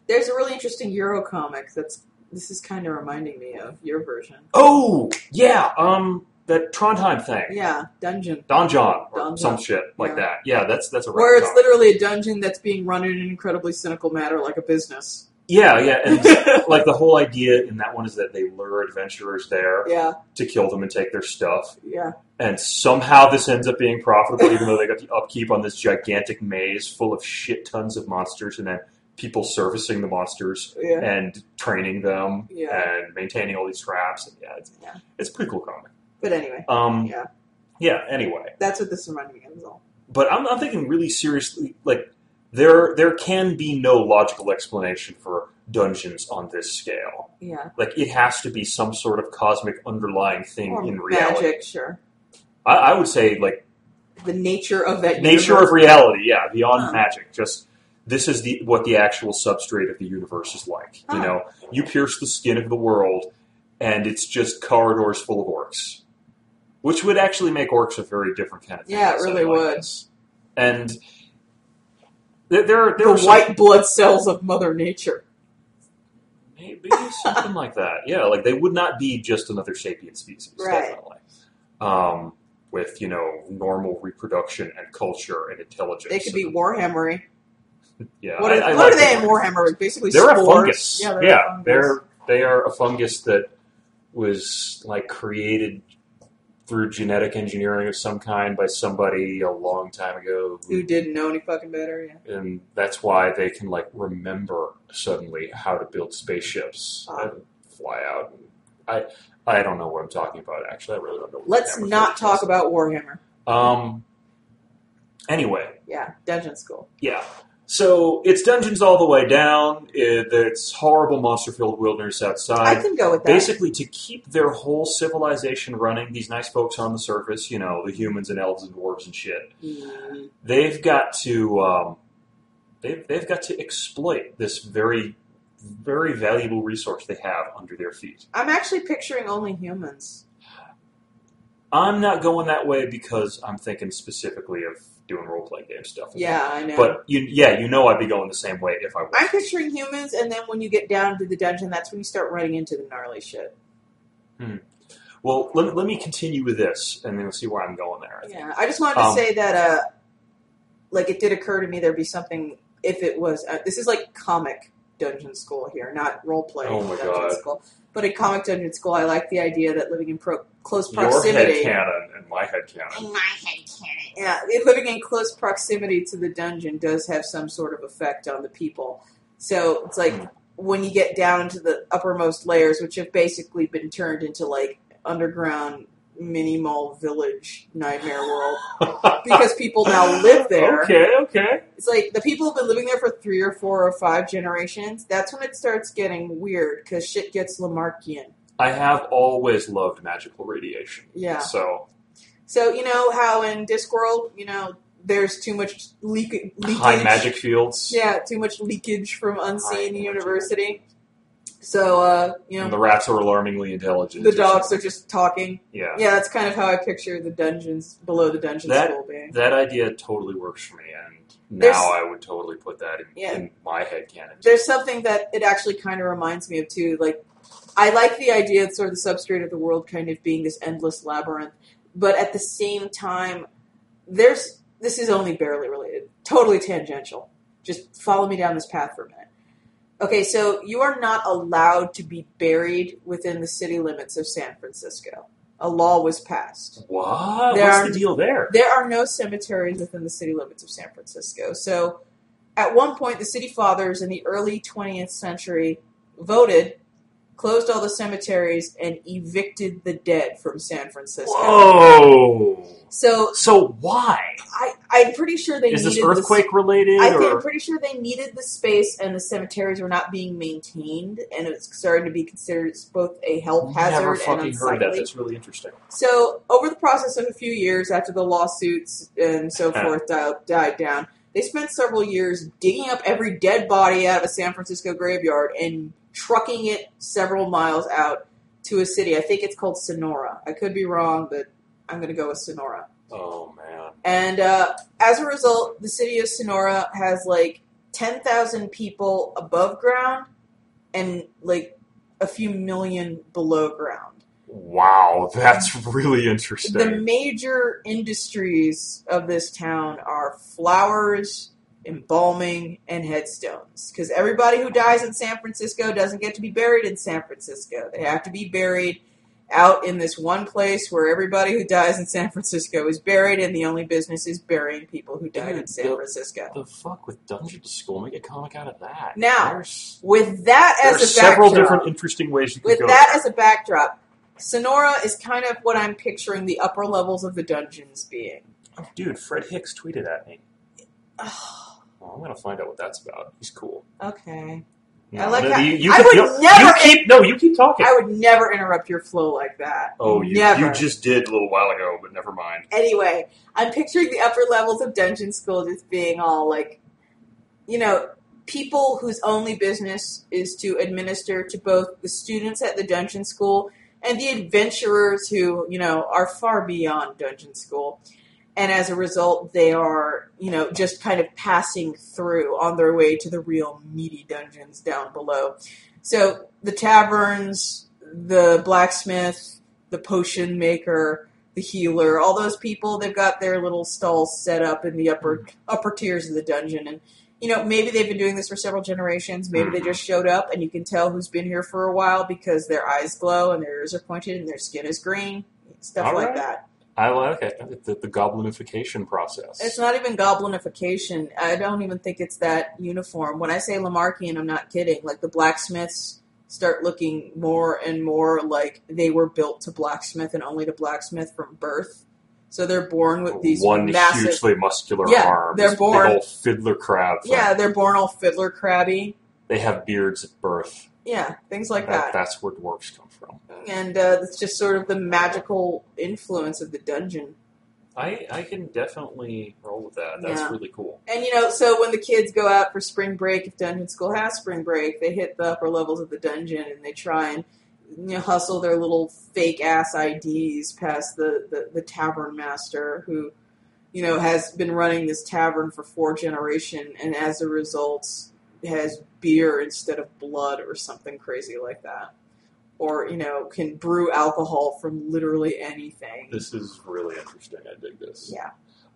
Speaker 2: There's a really interesting Euro comic that's this is kind of reminding me of your version.
Speaker 1: Oh, yeah, um, that Trondheim thing.
Speaker 2: Yeah, dungeon.
Speaker 1: Donjon or
Speaker 2: Donjon.
Speaker 1: some shit like
Speaker 2: Yeah.
Speaker 1: that. Yeah, that's that's a
Speaker 2: Where
Speaker 1: right
Speaker 2: it's literally a dungeon that's being run in an incredibly cynical manner like a business.
Speaker 1: Yeah, yeah, and
Speaker 2: yeah.
Speaker 1: like the whole idea in that one is that they lure adventurers there to kill them and take their stuff,
Speaker 2: Yeah.
Speaker 1: and somehow this ends up being profitable, even though they got the upkeep on this gigantic maze full of shit tons of monsters, and then people servicing the monsters
Speaker 2: Yeah.
Speaker 1: and training them
Speaker 2: Yeah.
Speaker 1: and maintaining all these traps. And yeah, it's,
Speaker 2: Yeah.
Speaker 1: it's a pretty cool comic.
Speaker 2: But anyway,
Speaker 1: Um,
Speaker 2: Yeah.
Speaker 1: yeah. Anyway.
Speaker 2: that's what this reminded me of is all.
Speaker 1: but I'm, I'm thinking really seriously. Like there, there can be no logical explanation for dungeons on this scale.
Speaker 2: Yeah.
Speaker 1: Like it has to be some sort of cosmic underlying thing
Speaker 2: Or
Speaker 1: in reality.
Speaker 2: magic, sure.
Speaker 1: I, I would say like
Speaker 2: The nature of that
Speaker 1: nature
Speaker 2: universe.
Speaker 1: of reality. Yeah, beyond
Speaker 2: Huh.
Speaker 1: magic. Just this is the what the actual substrate of the universe is like. You
Speaker 2: Huh.
Speaker 1: know, you pierce the skin of the world, and it's just corridors full of orcs, which would actually make orcs a very different kind of thing
Speaker 2: Yeah, it
Speaker 1: than
Speaker 2: really
Speaker 1: something like
Speaker 2: would.
Speaker 1: this. And there, there are there are
Speaker 2: the
Speaker 1: some-
Speaker 2: white blood cells of Mother Nature.
Speaker 1: Maybe something like that. Yeah, like they would not be just another sapient species,
Speaker 2: Right.
Speaker 1: definitely. Um, with you know normal reproduction and culture and intelligence.
Speaker 2: They could be
Speaker 1: And-
Speaker 2: warhammery.
Speaker 1: Yeah,
Speaker 2: What,
Speaker 1: I-
Speaker 2: are,
Speaker 1: I
Speaker 2: what
Speaker 1: like
Speaker 2: are they in
Speaker 1: the
Speaker 2: Warhammer? Basically,
Speaker 1: They're a
Speaker 2: spores.
Speaker 1: fungus.
Speaker 2: Yeah, they're a fungus.
Speaker 1: they're they are a fungus that was like created through genetic engineering of some kind by somebody a long time ago,
Speaker 2: Who didn't know any fucking better? Yeah.
Speaker 1: and that's why they can like remember suddenly how to build spaceships
Speaker 2: Ah.
Speaker 1: and fly out. I I don't know what I'm talking about. Actually, I really don't know. What
Speaker 2: Let's
Speaker 1: Warhammer
Speaker 2: not
Speaker 1: 40K
Speaker 2: talk
Speaker 1: is.
Speaker 2: about Warhammer.
Speaker 1: Um. Anyway,
Speaker 2: Yeah, Dungeon School.
Speaker 1: yeah. So it's dungeons all the way down. It, it's horrible monster-filled wilderness
Speaker 2: I
Speaker 1: outside.
Speaker 2: can go with that.
Speaker 1: Basically, to keep their whole civilization running, these nice folks on the surface, you know, the humans and elves and dwarves and shit,
Speaker 2: Mm,
Speaker 1: they've got to um, they've, they've got to exploit this very very valuable resource they have under their feet.
Speaker 2: I'm actually picturing only humans.
Speaker 1: I'm not going that way because I'm thinking specifically of doing role-playing game stuff.
Speaker 2: Yeah, I know.
Speaker 1: But you, yeah, you know, I'd be going the same way if I was.
Speaker 2: I'm picturing humans, and then when you get down to the dungeon, that's when you start running into the gnarly shit.
Speaker 1: Well, let, let me continue with this, and then we'll see where I'm going there. I think.
Speaker 2: Yeah, I just wanted to
Speaker 1: Um,
Speaker 2: say that, uh, like, it did occur to me there'd be something if it was. Uh, this is like comic dungeon school here, not role playing
Speaker 1: Oh my
Speaker 2: dungeon
Speaker 1: God.
Speaker 2: school. But in comic dungeon school, I like the idea that living in pro- close
Speaker 1: Your head
Speaker 2: proximity.
Speaker 1: cannon and my head cannon.
Speaker 3: In my head cannon.
Speaker 2: yeah, it- living in close proximity to the dungeon does have some sort of effect on the people. So it's like
Speaker 1: Hmm.
Speaker 2: when you get down to the uppermost layers, which have basically been turned into like underground mini mall village nightmare world because people now live there.
Speaker 1: Okay, okay.
Speaker 2: It's like the people have been living there for three or four or five generations. That's when it starts getting weird because shit gets Lamarckian.
Speaker 1: I have always loved magical radiation.
Speaker 2: Yeah.
Speaker 1: So
Speaker 2: So you know how in Discworld, you know, there's too much leak- leakage.
Speaker 1: high magic fields.
Speaker 2: Yeah, too much leakage from
Speaker 1: High
Speaker 2: unseen
Speaker 1: energy.
Speaker 2: university. So uh, you
Speaker 1: And
Speaker 2: know,
Speaker 1: the rats are alarmingly intelligent.
Speaker 2: the dogs are just talking.
Speaker 1: Yeah.
Speaker 2: Yeah, that's kind of how I picture the dungeons below the dungeon
Speaker 1: That-
Speaker 2: school being.
Speaker 1: That idea totally works for me, and now
Speaker 2: There's-
Speaker 1: I would totally put that in,
Speaker 2: Yeah.
Speaker 1: in my head canon.
Speaker 2: There's something that it actually kind of reminds me of too. Like, I like the idea of sort of the substrate of the world kind of being this endless labyrinth, but at the same time, there's this is only barely related, totally tangential. Just follow me down this path for a minute. Okay, so you are not allowed to be buried within the city limits of San Francisco. A law was passed.
Speaker 1: What?
Speaker 2: There
Speaker 1: What's
Speaker 2: are-
Speaker 1: the deal there?
Speaker 2: There are no cemeteries within the city limits of San Francisco. So at one point, the city fathers in the early 20th century voted, closed all the cemeteries, and evicted the dead from San Francisco.
Speaker 1: Whoa!
Speaker 2: So
Speaker 1: So why
Speaker 2: I, I'm pretty sure they
Speaker 1: is this
Speaker 2: needed the
Speaker 1: earthquake related?
Speaker 2: I think, I'm
Speaker 1: or
Speaker 2: pretty sure they needed the space, and the cemeteries were not being maintained, and it was starting to be considered as both a health
Speaker 1: never
Speaker 2: hazard and
Speaker 1: fucking heard that.
Speaker 2: unsightly.
Speaker 1: That's really interesting.
Speaker 2: So, over the process of a few years after the lawsuits and so forth died, died down, they spent several years digging up every dead body out of a San Francisco graveyard and trucking it several miles out to a city. I think it's called Sonora. I could be wrong, but I'm going to go with Sonora.
Speaker 1: Oh man!
Speaker 2: And uh, as a result, the city of Sonora has like 10,000 people above ground and like a few million below ground.
Speaker 1: Wow, that's really interesting.
Speaker 2: The major industries of this town are flowers, embalming, and headstones. Because everybody who dies in San Francisco doesn't get to be buried in San Francisco. They have to be buried out in this one place where everybody who dies in San Francisco is buried, and the only business is burying people who died in
Speaker 1: Dude,
Speaker 2: San
Speaker 1: the-
Speaker 2: Francisco.
Speaker 1: the fuck with Dungeon School? Make a comic out of that.
Speaker 2: Now,
Speaker 1: there's,
Speaker 2: With that as a
Speaker 1: there's several
Speaker 2: backdrop,
Speaker 1: different interesting ways you could
Speaker 2: with
Speaker 1: go.
Speaker 2: that as a backdrop, Sonora is kind of what I'm picturing the upper levels of the dungeons being.
Speaker 1: Oh, dude, Fred Hicks tweeted at me. Well, I'm gonna find out what that's about. He's cool.
Speaker 2: Okay.
Speaker 1: No,
Speaker 2: I like
Speaker 1: no,
Speaker 2: how-
Speaker 1: you, you
Speaker 2: I
Speaker 1: keep,
Speaker 2: would
Speaker 1: no,
Speaker 2: never-
Speaker 1: you keep no, you keep talking.
Speaker 2: I would never interrupt your flow like that.
Speaker 1: oh, you,
Speaker 2: never.
Speaker 1: you just did a little while ago, but never mind.
Speaker 2: Anyway, I'm picturing the upper levels of Dungeon School just being all like, you know, people whose only business is to administer to both the students at the Dungeon School and the adventurers who, you know, are far beyond Dungeon School. And as a result, they are, you know, just kind of passing through on their way to the real meaty dungeons down below. So the taverns, the blacksmith, the potion maker, the healer, all those people, they've got their little stalls set up in the upper upper tiers of the dungeon and you know, maybe they've been doing this for several generations, maybe they just showed up and you can tell who's been here for a while because their eyes glow and their ears are pointed and their skin is green. stuff
Speaker 1: All
Speaker 2: like
Speaker 1: right.
Speaker 2: that.
Speaker 1: I like it. The, the goblinification process.
Speaker 2: It's not even goblinification. I don't even think it's that uniform. When I say Lamarckian, I'm not kidding. Like the blacksmiths start looking more and more like they were built to blacksmith and only to blacksmith from birth. So they're born with these
Speaker 1: one
Speaker 2: massive
Speaker 1: hugely muscular
Speaker 2: Yeah,
Speaker 1: arm.
Speaker 2: they're born-
Speaker 1: Big old fiddler crab. thing.
Speaker 2: Yeah, they're born all fiddler crabby.
Speaker 1: They have beards at birth.
Speaker 2: Yeah, things like
Speaker 1: That-
Speaker 2: that.
Speaker 1: That's where dwarves come from.
Speaker 2: And uh, it's just sort of the magical influence of the dungeon.
Speaker 1: I, I can definitely roll with that. That's
Speaker 2: Yeah.
Speaker 1: really cool.
Speaker 2: And you know, so when the kids go out for spring break, if Dungeon School has spring break, they hit the upper levels of the dungeon and they try and you know hustle their little fake ass IDs past the, the, the tavern master who you know has been running this tavern for four generation and as a result has beer instead of blood or something crazy like that. Or, you know, can brew alcohol from literally anything.
Speaker 1: This is really interesting. I dig this.
Speaker 2: Yeah.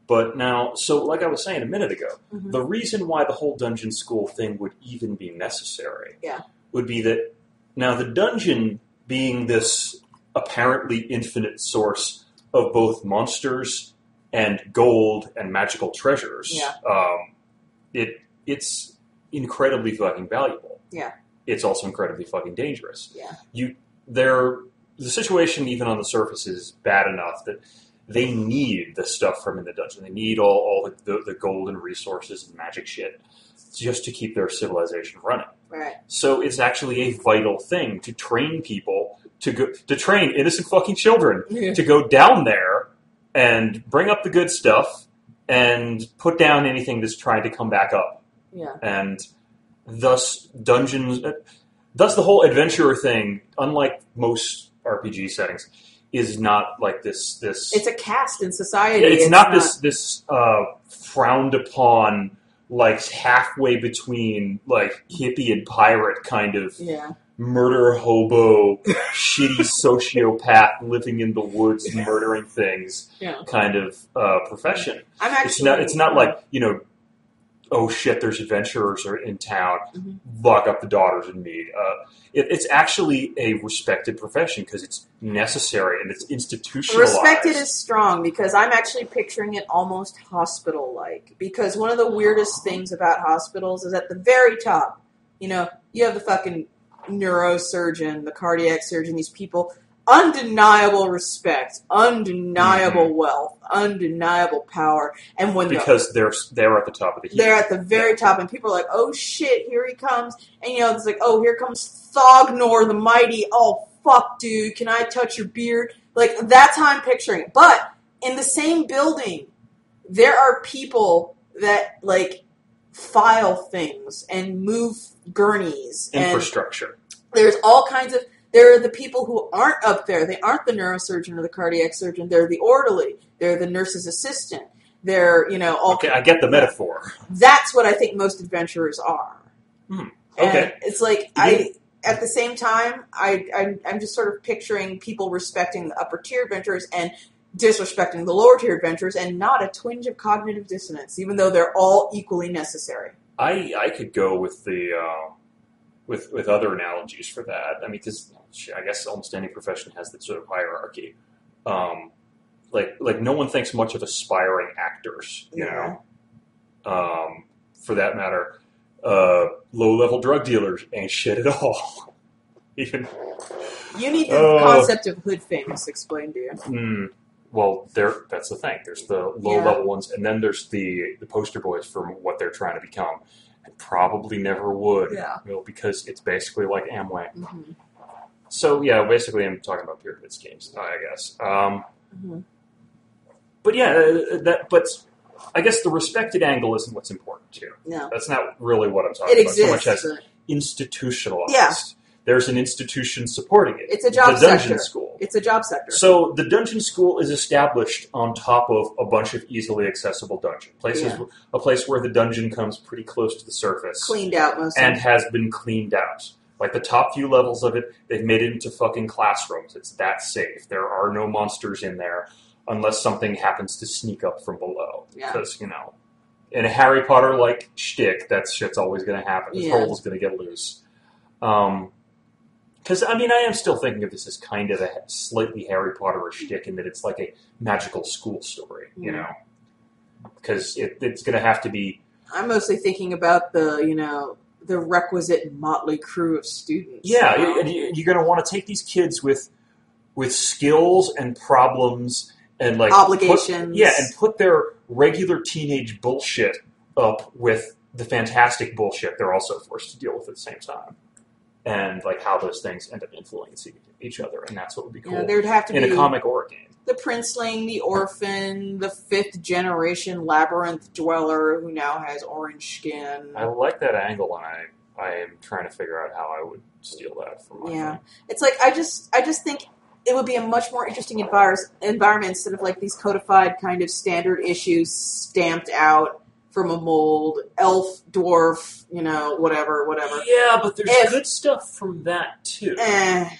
Speaker 1: But now, so like I was saying a minute ago,
Speaker 2: Mhm.
Speaker 1: the reason why the whole dungeon school thing would even be necessary
Speaker 2: Yeah.
Speaker 1: would be that now the dungeon being this apparently infinite source of both monsters and gold and magical treasures
Speaker 2: Yeah.
Speaker 1: um, it it's incredibly fucking valuable
Speaker 2: Yeah.
Speaker 1: it's also incredibly fucking dangerous
Speaker 2: Yeah.
Speaker 1: you there the situation even on the surface is bad enough that they need the stuff from in the dungeon. They need all, all the, the, the gold and resources and magic shit just to keep their civilization running.
Speaker 2: Right.
Speaker 1: So it's actually a vital thing to train people to go to train innocent fucking children to go down there and bring up the good stuff and put down anything that's trying to come back up
Speaker 2: yeah.
Speaker 1: and thus dungeons uh, thus the whole adventurer thing unlike most rpg settings is not like this this
Speaker 2: It's a caste in society.
Speaker 1: yeah, it's, not, this this uh, frowned upon like halfway between like hippie and pirate kind of
Speaker 2: Yeah.
Speaker 1: murder hobo shitty sociopath living in the woods murdering things
Speaker 2: Yeah.
Speaker 1: kind of uh, profession
Speaker 2: I'm actually.
Speaker 1: it's not it's not like you know oh shit there's adventurers are in town
Speaker 2: Mhm.
Speaker 1: lock up the daughters and me uh, it, it's actually a respected profession because it's necessary and it's institutionalized
Speaker 2: respected is strong because I'm actually picturing it almost hospital like. Because one of the weirdest things about hospitals is at the very top, you know, you have the fucking neurosurgeon, the cardiac surgeon, these people. Undeniable respect, undeniable wealth, undeniable power, and when the
Speaker 1: Mm-hmm. because they're they're at the top of the heap
Speaker 2: they're at the very top, and people are like, "Oh shit, here he comes!" And you know, it's like, "Oh, here comes Thognor the Mighty." Oh fuck, dude, can I touch your beard? Like that's how I'm picturing it. But in the same building, there are people that like file things and move gurneys and
Speaker 1: infrastructure
Speaker 2: there's all kinds of there are the people who aren't up there they aren't the neurosurgeon or the cardiac surgeon they're the orderly they're the nurse's assistant they're you know all
Speaker 1: okay i get the metaphor
Speaker 2: that's what I think most adventurers are.
Speaker 1: Hmm.
Speaker 2: And
Speaker 1: Okay.
Speaker 2: it's like I at the same time I I'm, I'm just sort of picturing people respecting the upper tier adventurers and disrespecting the lower tier adventurers and not a twinge of cognitive dissonance, even though they're all equally necessary.
Speaker 1: i i could go with the uh, with with other analogies for that i mean because i guess almost any profession has that sort of hierarchy um, like like no one thinks much of aspiring actors you know um, for that matter, uh, low-level drug dealers ain't shit at all. Even
Speaker 2: You need the
Speaker 1: Oh.
Speaker 2: concept of hood famous explained to you.
Speaker 1: mm, well, there that's the thing. There's the low-level ones, and then there's the the poster boys for what they're trying to become, and probably never would,
Speaker 2: Yeah.
Speaker 1: you know, because it's basically like Amway.
Speaker 2: Mhm.
Speaker 1: So yeah, basically, I'm talking about pyramid schemes, I guess. Um,
Speaker 2: Mhm.
Speaker 1: But yeah, uh, that but. I guess the respected angle isn't what's important here.
Speaker 2: No,
Speaker 1: That's not really what I'm talking
Speaker 2: it
Speaker 1: about. So much
Speaker 2: exists.
Speaker 1: as
Speaker 2: but
Speaker 1: institutionalized.
Speaker 2: Yeah.
Speaker 1: There's an institution supporting it.
Speaker 2: It's a job
Speaker 1: The dungeon
Speaker 2: sector.
Speaker 1: school.
Speaker 2: It's a job sector.
Speaker 1: So the dungeon school is established on top of a bunch of easily accessible dungeon places.
Speaker 2: Yeah.
Speaker 1: A place where the dungeon comes pretty close to the surface
Speaker 2: Cleaned out most.
Speaker 1: and has been cleaned out. Like the top few levels of it, they've made it into fucking classrooms. It's that safe. There are no monsters in there unless something happens to sneak up from below.
Speaker 2: Yeah.
Speaker 1: Because, you know, in a Harry Potter like shtick, that shit's always going to happen. This
Speaker 2: Yeah.
Speaker 1: hole's going to get loose. Um, Because I mean, I am still thinking of this as kind of a slightly Harry Potter shtick in that it's like a magical school story, you
Speaker 2: Mm.
Speaker 1: know. Because it, it's going to have to be
Speaker 2: I'm mostly thinking about the, you know, the requisite motley crew of students.
Speaker 1: yeah,
Speaker 2: you know?
Speaker 1: you- and you- you're going to want to take these kids with with skills and problems and like put-
Speaker 2: Obligations.
Speaker 1: yeah, and put their regular teenage bullshit up with the fantastic bullshit they're also forced to deal with at the same time, and like how those things end up influencing each other, and that's what would be
Speaker 2: You
Speaker 1: cool
Speaker 2: know, there'd have to
Speaker 1: in
Speaker 2: be
Speaker 1: a comic or a game.
Speaker 2: the princeling, the orphan, the fifth generation labyrinth dweller who now has orange skin.
Speaker 1: I like that angle, and I I am trying to figure out how I would steal that from my
Speaker 2: Yeah.
Speaker 1: thing.
Speaker 2: It's like I just I just think it would be a much more interesting envir- environment instead of like these codified kind of standard issues stamped out from a mold, elf, dwarf, you know, whatever, whatever.
Speaker 1: Yeah, but there's
Speaker 2: If-
Speaker 1: good stuff from that too.
Speaker 2: Eh,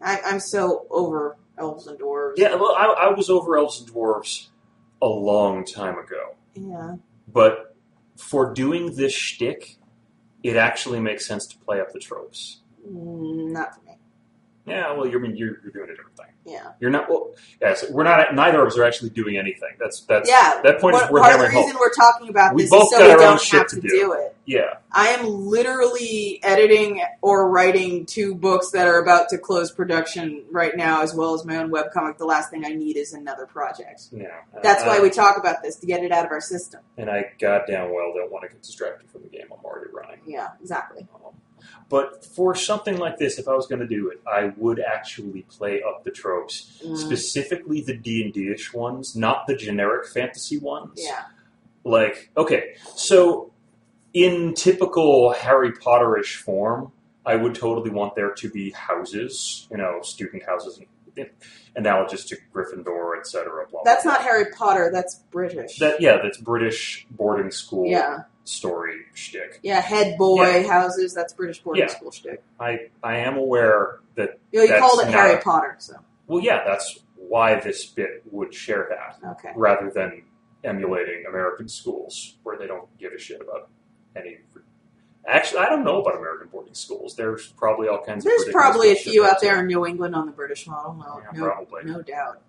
Speaker 2: I, I'm so over elves and dwarves.
Speaker 1: Yeah, well, I, I was over elves and dwarves a long time ago,
Speaker 2: Yeah.
Speaker 1: but for doing this shtick, it actually makes sense to play up the tropes.
Speaker 2: Mm, not for me.
Speaker 1: Yeah, well, you're, I mean, you're, you're doing a different thing.
Speaker 2: Yeah.
Speaker 1: You're not. Well, yeah, so we're not. Neither of us are actually doing anything. That's that's
Speaker 2: yeah.
Speaker 1: that point
Speaker 2: What-
Speaker 1: is worth
Speaker 2: part of the
Speaker 1: hammering
Speaker 2: reason
Speaker 1: home.
Speaker 2: we're talking about
Speaker 1: We
Speaker 2: this
Speaker 1: both
Speaker 2: is so
Speaker 1: got
Speaker 2: we
Speaker 1: our own
Speaker 2: don't
Speaker 1: shit
Speaker 2: have
Speaker 1: to
Speaker 2: to,
Speaker 1: do.
Speaker 2: do it.
Speaker 1: Yeah,
Speaker 2: I am literally editing or writing two books that are about to close production right now, as well as my own webcomic. The last thing I need is another project.
Speaker 1: yeah.
Speaker 2: That's
Speaker 1: Uh,
Speaker 2: why we talk about this to get it out of our system.
Speaker 1: And I goddamn well don't want to get distracted from the game I'm already running. Um,
Speaker 2: Yeah, exactly.
Speaker 1: But for something like this, if I was going to do it, I would actually play up the tropes,
Speaker 2: Mm,
Speaker 1: specifically the D and D ish ones, not the generic fantasy ones.
Speaker 2: yeah,
Speaker 1: Like, okay, so in typical Harry Potterish form, I would totally want there to be houses, you know, student houses, analogous to Gryffindor, etc. Blah, blah,
Speaker 2: that's
Speaker 1: blah.
Speaker 2: not Harry Potter. That's British.
Speaker 1: that. Yeah, that's British boarding school
Speaker 2: yeah,
Speaker 1: story shtick.
Speaker 2: yeah. Head boy houses. That's British boarding
Speaker 1: Yeah.
Speaker 2: school shtick.
Speaker 1: I I am aware that
Speaker 2: You, know, you
Speaker 1: That's
Speaker 2: called it
Speaker 1: not-
Speaker 2: Harry Potter, so
Speaker 1: well yeah that's why this bit would share that
Speaker 2: okay.
Speaker 1: rather than emulating American schools where they don't give a shit about any actually I don't know about American boarding schools there's probably all kinds
Speaker 2: There's
Speaker 1: of ridiculous
Speaker 2: probably a
Speaker 1: bullshit
Speaker 2: few out
Speaker 1: that's-
Speaker 2: there in New England on the British model. No,
Speaker 1: yeah,
Speaker 2: no,
Speaker 1: probably
Speaker 2: no doubt.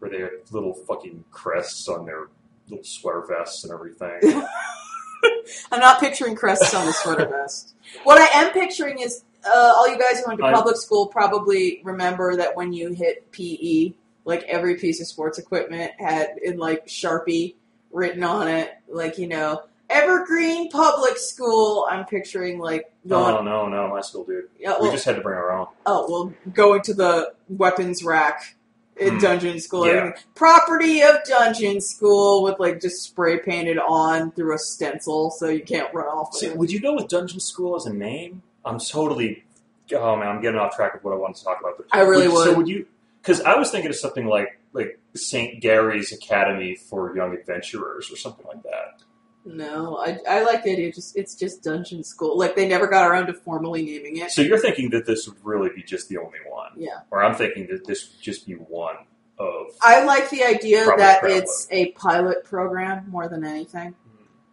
Speaker 1: where they have little fucking crests on their little sweater vests and everything
Speaker 2: I'm not picturing crests on the sweater vest. What I am picturing is uh, all you guys who went to
Speaker 1: I-
Speaker 2: public school probably remember that when you hit PE, like every piece of sports equipment had in like Sharpie written on it, like you know, Evergreen Public School. I'm picturing like going.
Speaker 1: no no no my school dude
Speaker 2: yeah,
Speaker 1: we
Speaker 2: well,
Speaker 1: Uh, just had to bring our own
Speaker 2: oh well, going to the weapons rack in
Speaker 1: Hmm.
Speaker 2: Dungeon School.
Speaker 1: Yeah.
Speaker 2: everything. Property of Dungeon School with like just spray painted on through a stencil, so you can't run off.
Speaker 1: See,
Speaker 2: with it.
Speaker 1: would you go with Dungeon School as a name? I'm totally. Oh man, I'm getting off track of what I wanted to talk about. But
Speaker 2: I really
Speaker 1: would,
Speaker 2: would.
Speaker 1: So would you? Because I was thinking of something like like St. Gary's Academy for Young Adventurers or something like that.
Speaker 2: No, I, I like the idea. Just it's just Dungeon School. Like they never got around to formally naming it.
Speaker 1: So you're thinking that this would really be just the only one,
Speaker 2: Yeah,
Speaker 1: or I'm thinking that this would just be one of.
Speaker 2: I like the idea
Speaker 1: Probably Mm-hmm.
Speaker 2: that
Speaker 1: Proud
Speaker 2: it's a pilot program more than anything,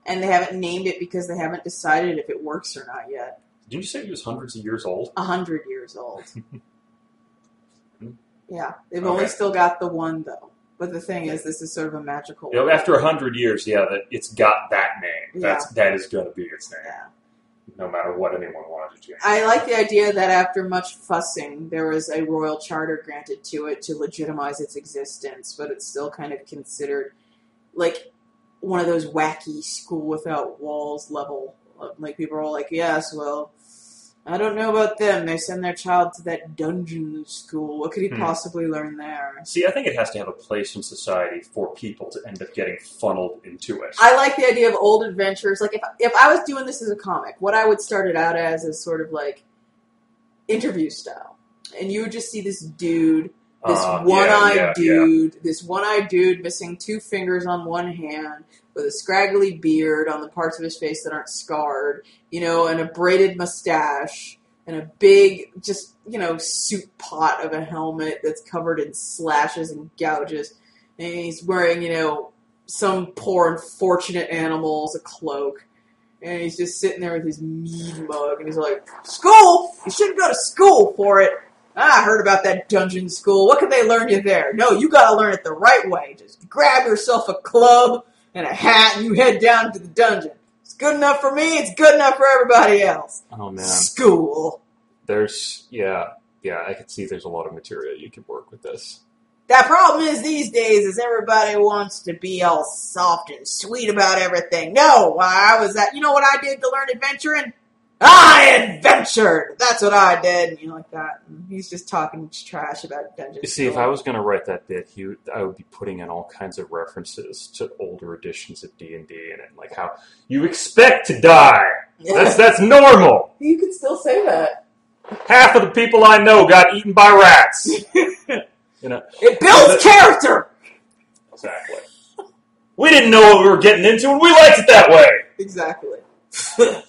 Speaker 2: and they haven't named it because they haven't decided if it works or not yet.
Speaker 1: Did you say he was hundreds of years old?
Speaker 2: A hundred years old.
Speaker 1: Hmm.
Speaker 2: yeah, they've
Speaker 1: Okay.
Speaker 2: only still got the one though. But the thing is, this is sort of a magical.
Speaker 1: You know, after a hundred years, yeah, that it's got that name. That's that is going to be its name,
Speaker 2: Yeah.
Speaker 1: no matter what anyone wanted to change.
Speaker 2: I like the idea that after much fussing, there was a royal charter granted to it to legitimize its existence, but it's still kind of considered like one of those wacky school without walls level. Like people are all like, yes, well, I don't know about them. They send their child to that dungeon school. What could he
Speaker 1: Hmm.
Speaker 2: possibly learn there?
Speaker 1: See, I think it has to have a place in society for people to end up getting funneled into it.
Speaker 2: I like the idea of old adventures. Like if if I was doing this as a comic, what I would start it out as is sort of like interview style, and you would just see this dude this
Speaker 1: Um, yeah,
Speaker 2: one-eyed
Speaker 1: yeah, yeah.
Speaker 2: dude, this one-eyed dude missing two fingers on one hand, with a scraggly beard on the parts of his face that aren't scarred, you know, and a braided mustache, and a big, just you know, soup pot of a helmet that's covered in slashes and gouges, and he's wearing, you know, some poor unfortunate animal's a cloak. and he's just sitting there with his mead mug, and he's like, "School? You shouldn't go to school for it." Ah, I heard about that dungeon school. What can they learn you there? No, you gotta learn it the right way. Just grab yourself a club and a hat, and you head down to the dungeon. It's good enough for me. It's good enough for everybody else.
Speaker 1: Oh man,
Speaker 2: School.
Speaker 1: there's yeah, yeah. I could see there's a lot of material you could work with this.
Speaker 2: That problem is these days is everybody wants to be all soft and sweet about everything. No, while I was at, you know what I did to learn adventuring? I adventured. That's what I did. And you know, like that. And he's just talking trash about
Speaker 1: You
Speaker 2: dungeons.
Speaker 1: see, if I was going to write that bit, he, would- I would be putting in all kinds of references to older editions of D and D, and like how you expect to die. That's that's normal.
Speaker 2: you could still say that.
Speaker 1: Half of the people I know got eaten by rats.
Speaker 2: It builds character.
Speaker 1: Exactly. We didn't know what we were getting into, and we liked it that way.
Speaker 2: Exactly.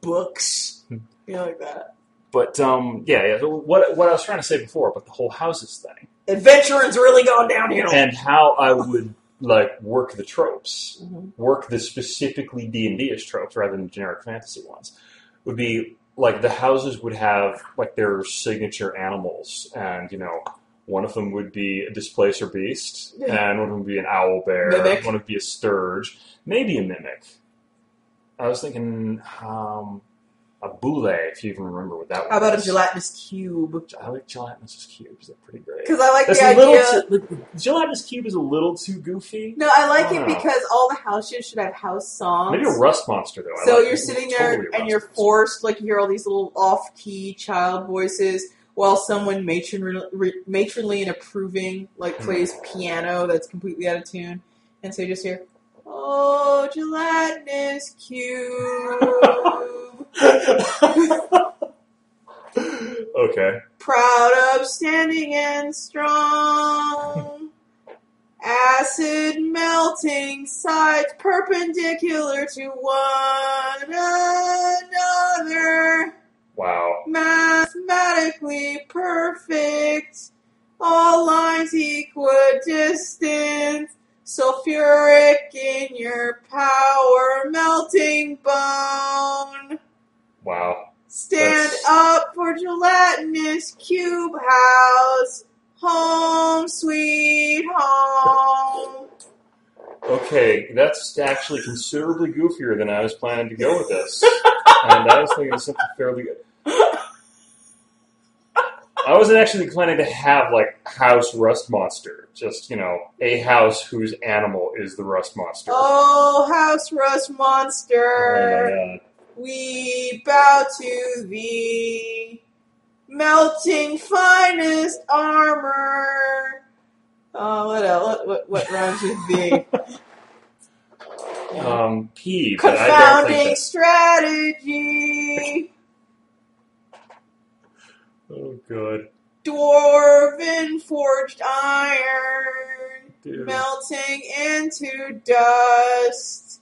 Speaker 2: Books.
Speaker 1: Hmm.
Speaker 2: You know, like that.
Speaker 1: But um, yeah, yeah. What what I was trying to say before about the whole houses thing,
Speaker 2: Adventuring's really gone downhill.
Speaker 1: and how I would like work the tropes,
Speaker 2: Mhm.
Speaker 1: work the specifically D and D ish tropes rather than generic fantasy ones, would be like the houses would have like their signature animals, and you know. One of them would be a displacer beast,
Speaker 2: Yeah.
Speaker 1: and one of them would be an owl bear,
Speaker 2: Mimic.
Speaker 1: one would be a sturge, maybe a mimic. I was thinking um, a boule, if you even remember what that one
Speaker 2: How about a
Speaker 1: was.
Speaker 2: gelatinous cube?
Speaker 1: I like gelatinous cubes. They're pretty great.
Speaker 2: Because I like
Speaker 1: That's
Speaker 2: the
Speaker 1: a
Speaker 2: idea.
Speaker 1: little too, the gelatinous cube is a little too goofy.
Speaker 2: No, I like
Speaker 1: Wow.
Speaker 2: it because all the house shows should have house songs.
Speaker 1: Ah. Maybe a rust monster though. I
Speaker 2: so
Speaker 1: like it.
Speaker 2: you're
Speaker 1: It's
Speaker 2: sitting there
Speaker 1: totally a
Speaker 2: and
Speaker 1: Rust
Speaker 2: you're
Speaker 1: Monster.
Speaker 2: forced, like you hear all these little off-key child voices while someone matronly, matronly and approving,
Speaker 1: Hmm.
Speaker 2: like plays piano that's completely out of tune, and so you just hear, "Oh, gelatinous cube,
Speaker 1: okay.
Speaker 2: proud, upstanding, and strong." Acid melting sides perpendicular to one another.
Speaker 1: Wow.
Speaker 2: Mathematically perfect. All lines equidistant. Sulfuric in your power melting bone.
Speaker 1: Wow.
Speaker 2: Stand
Speaker 1: That's-
Speaker 2: up for gelatinous cube house. Home sweet home.
Speaker 1: Okay, that's actually considerably goofier than I was planning to go with this. and I was thinking of something fairly good. I wasn't actually planning to have like house rust monster. Just you know, a house whose animal is the rust monster.
Speaker 2: Oh, House Rust
Speaker 1: Oh
Speaker 2: Monster,
Speaker 1: my god.
Speaker 2: we bow to thee. Melting finest armor. Oh, what else? What, what, what rhymes with thee? Yeah.
Speaker 1: Um, P, but I don't think
Speaker 2: Confounding
Speaker 1: that's.
Speaker 2: strategy.
Speaker 1: Oh, good.
Speaker 2: Dwarven forged iron.
Speaker 1: Dude.
Speaker 2: Melting into dust.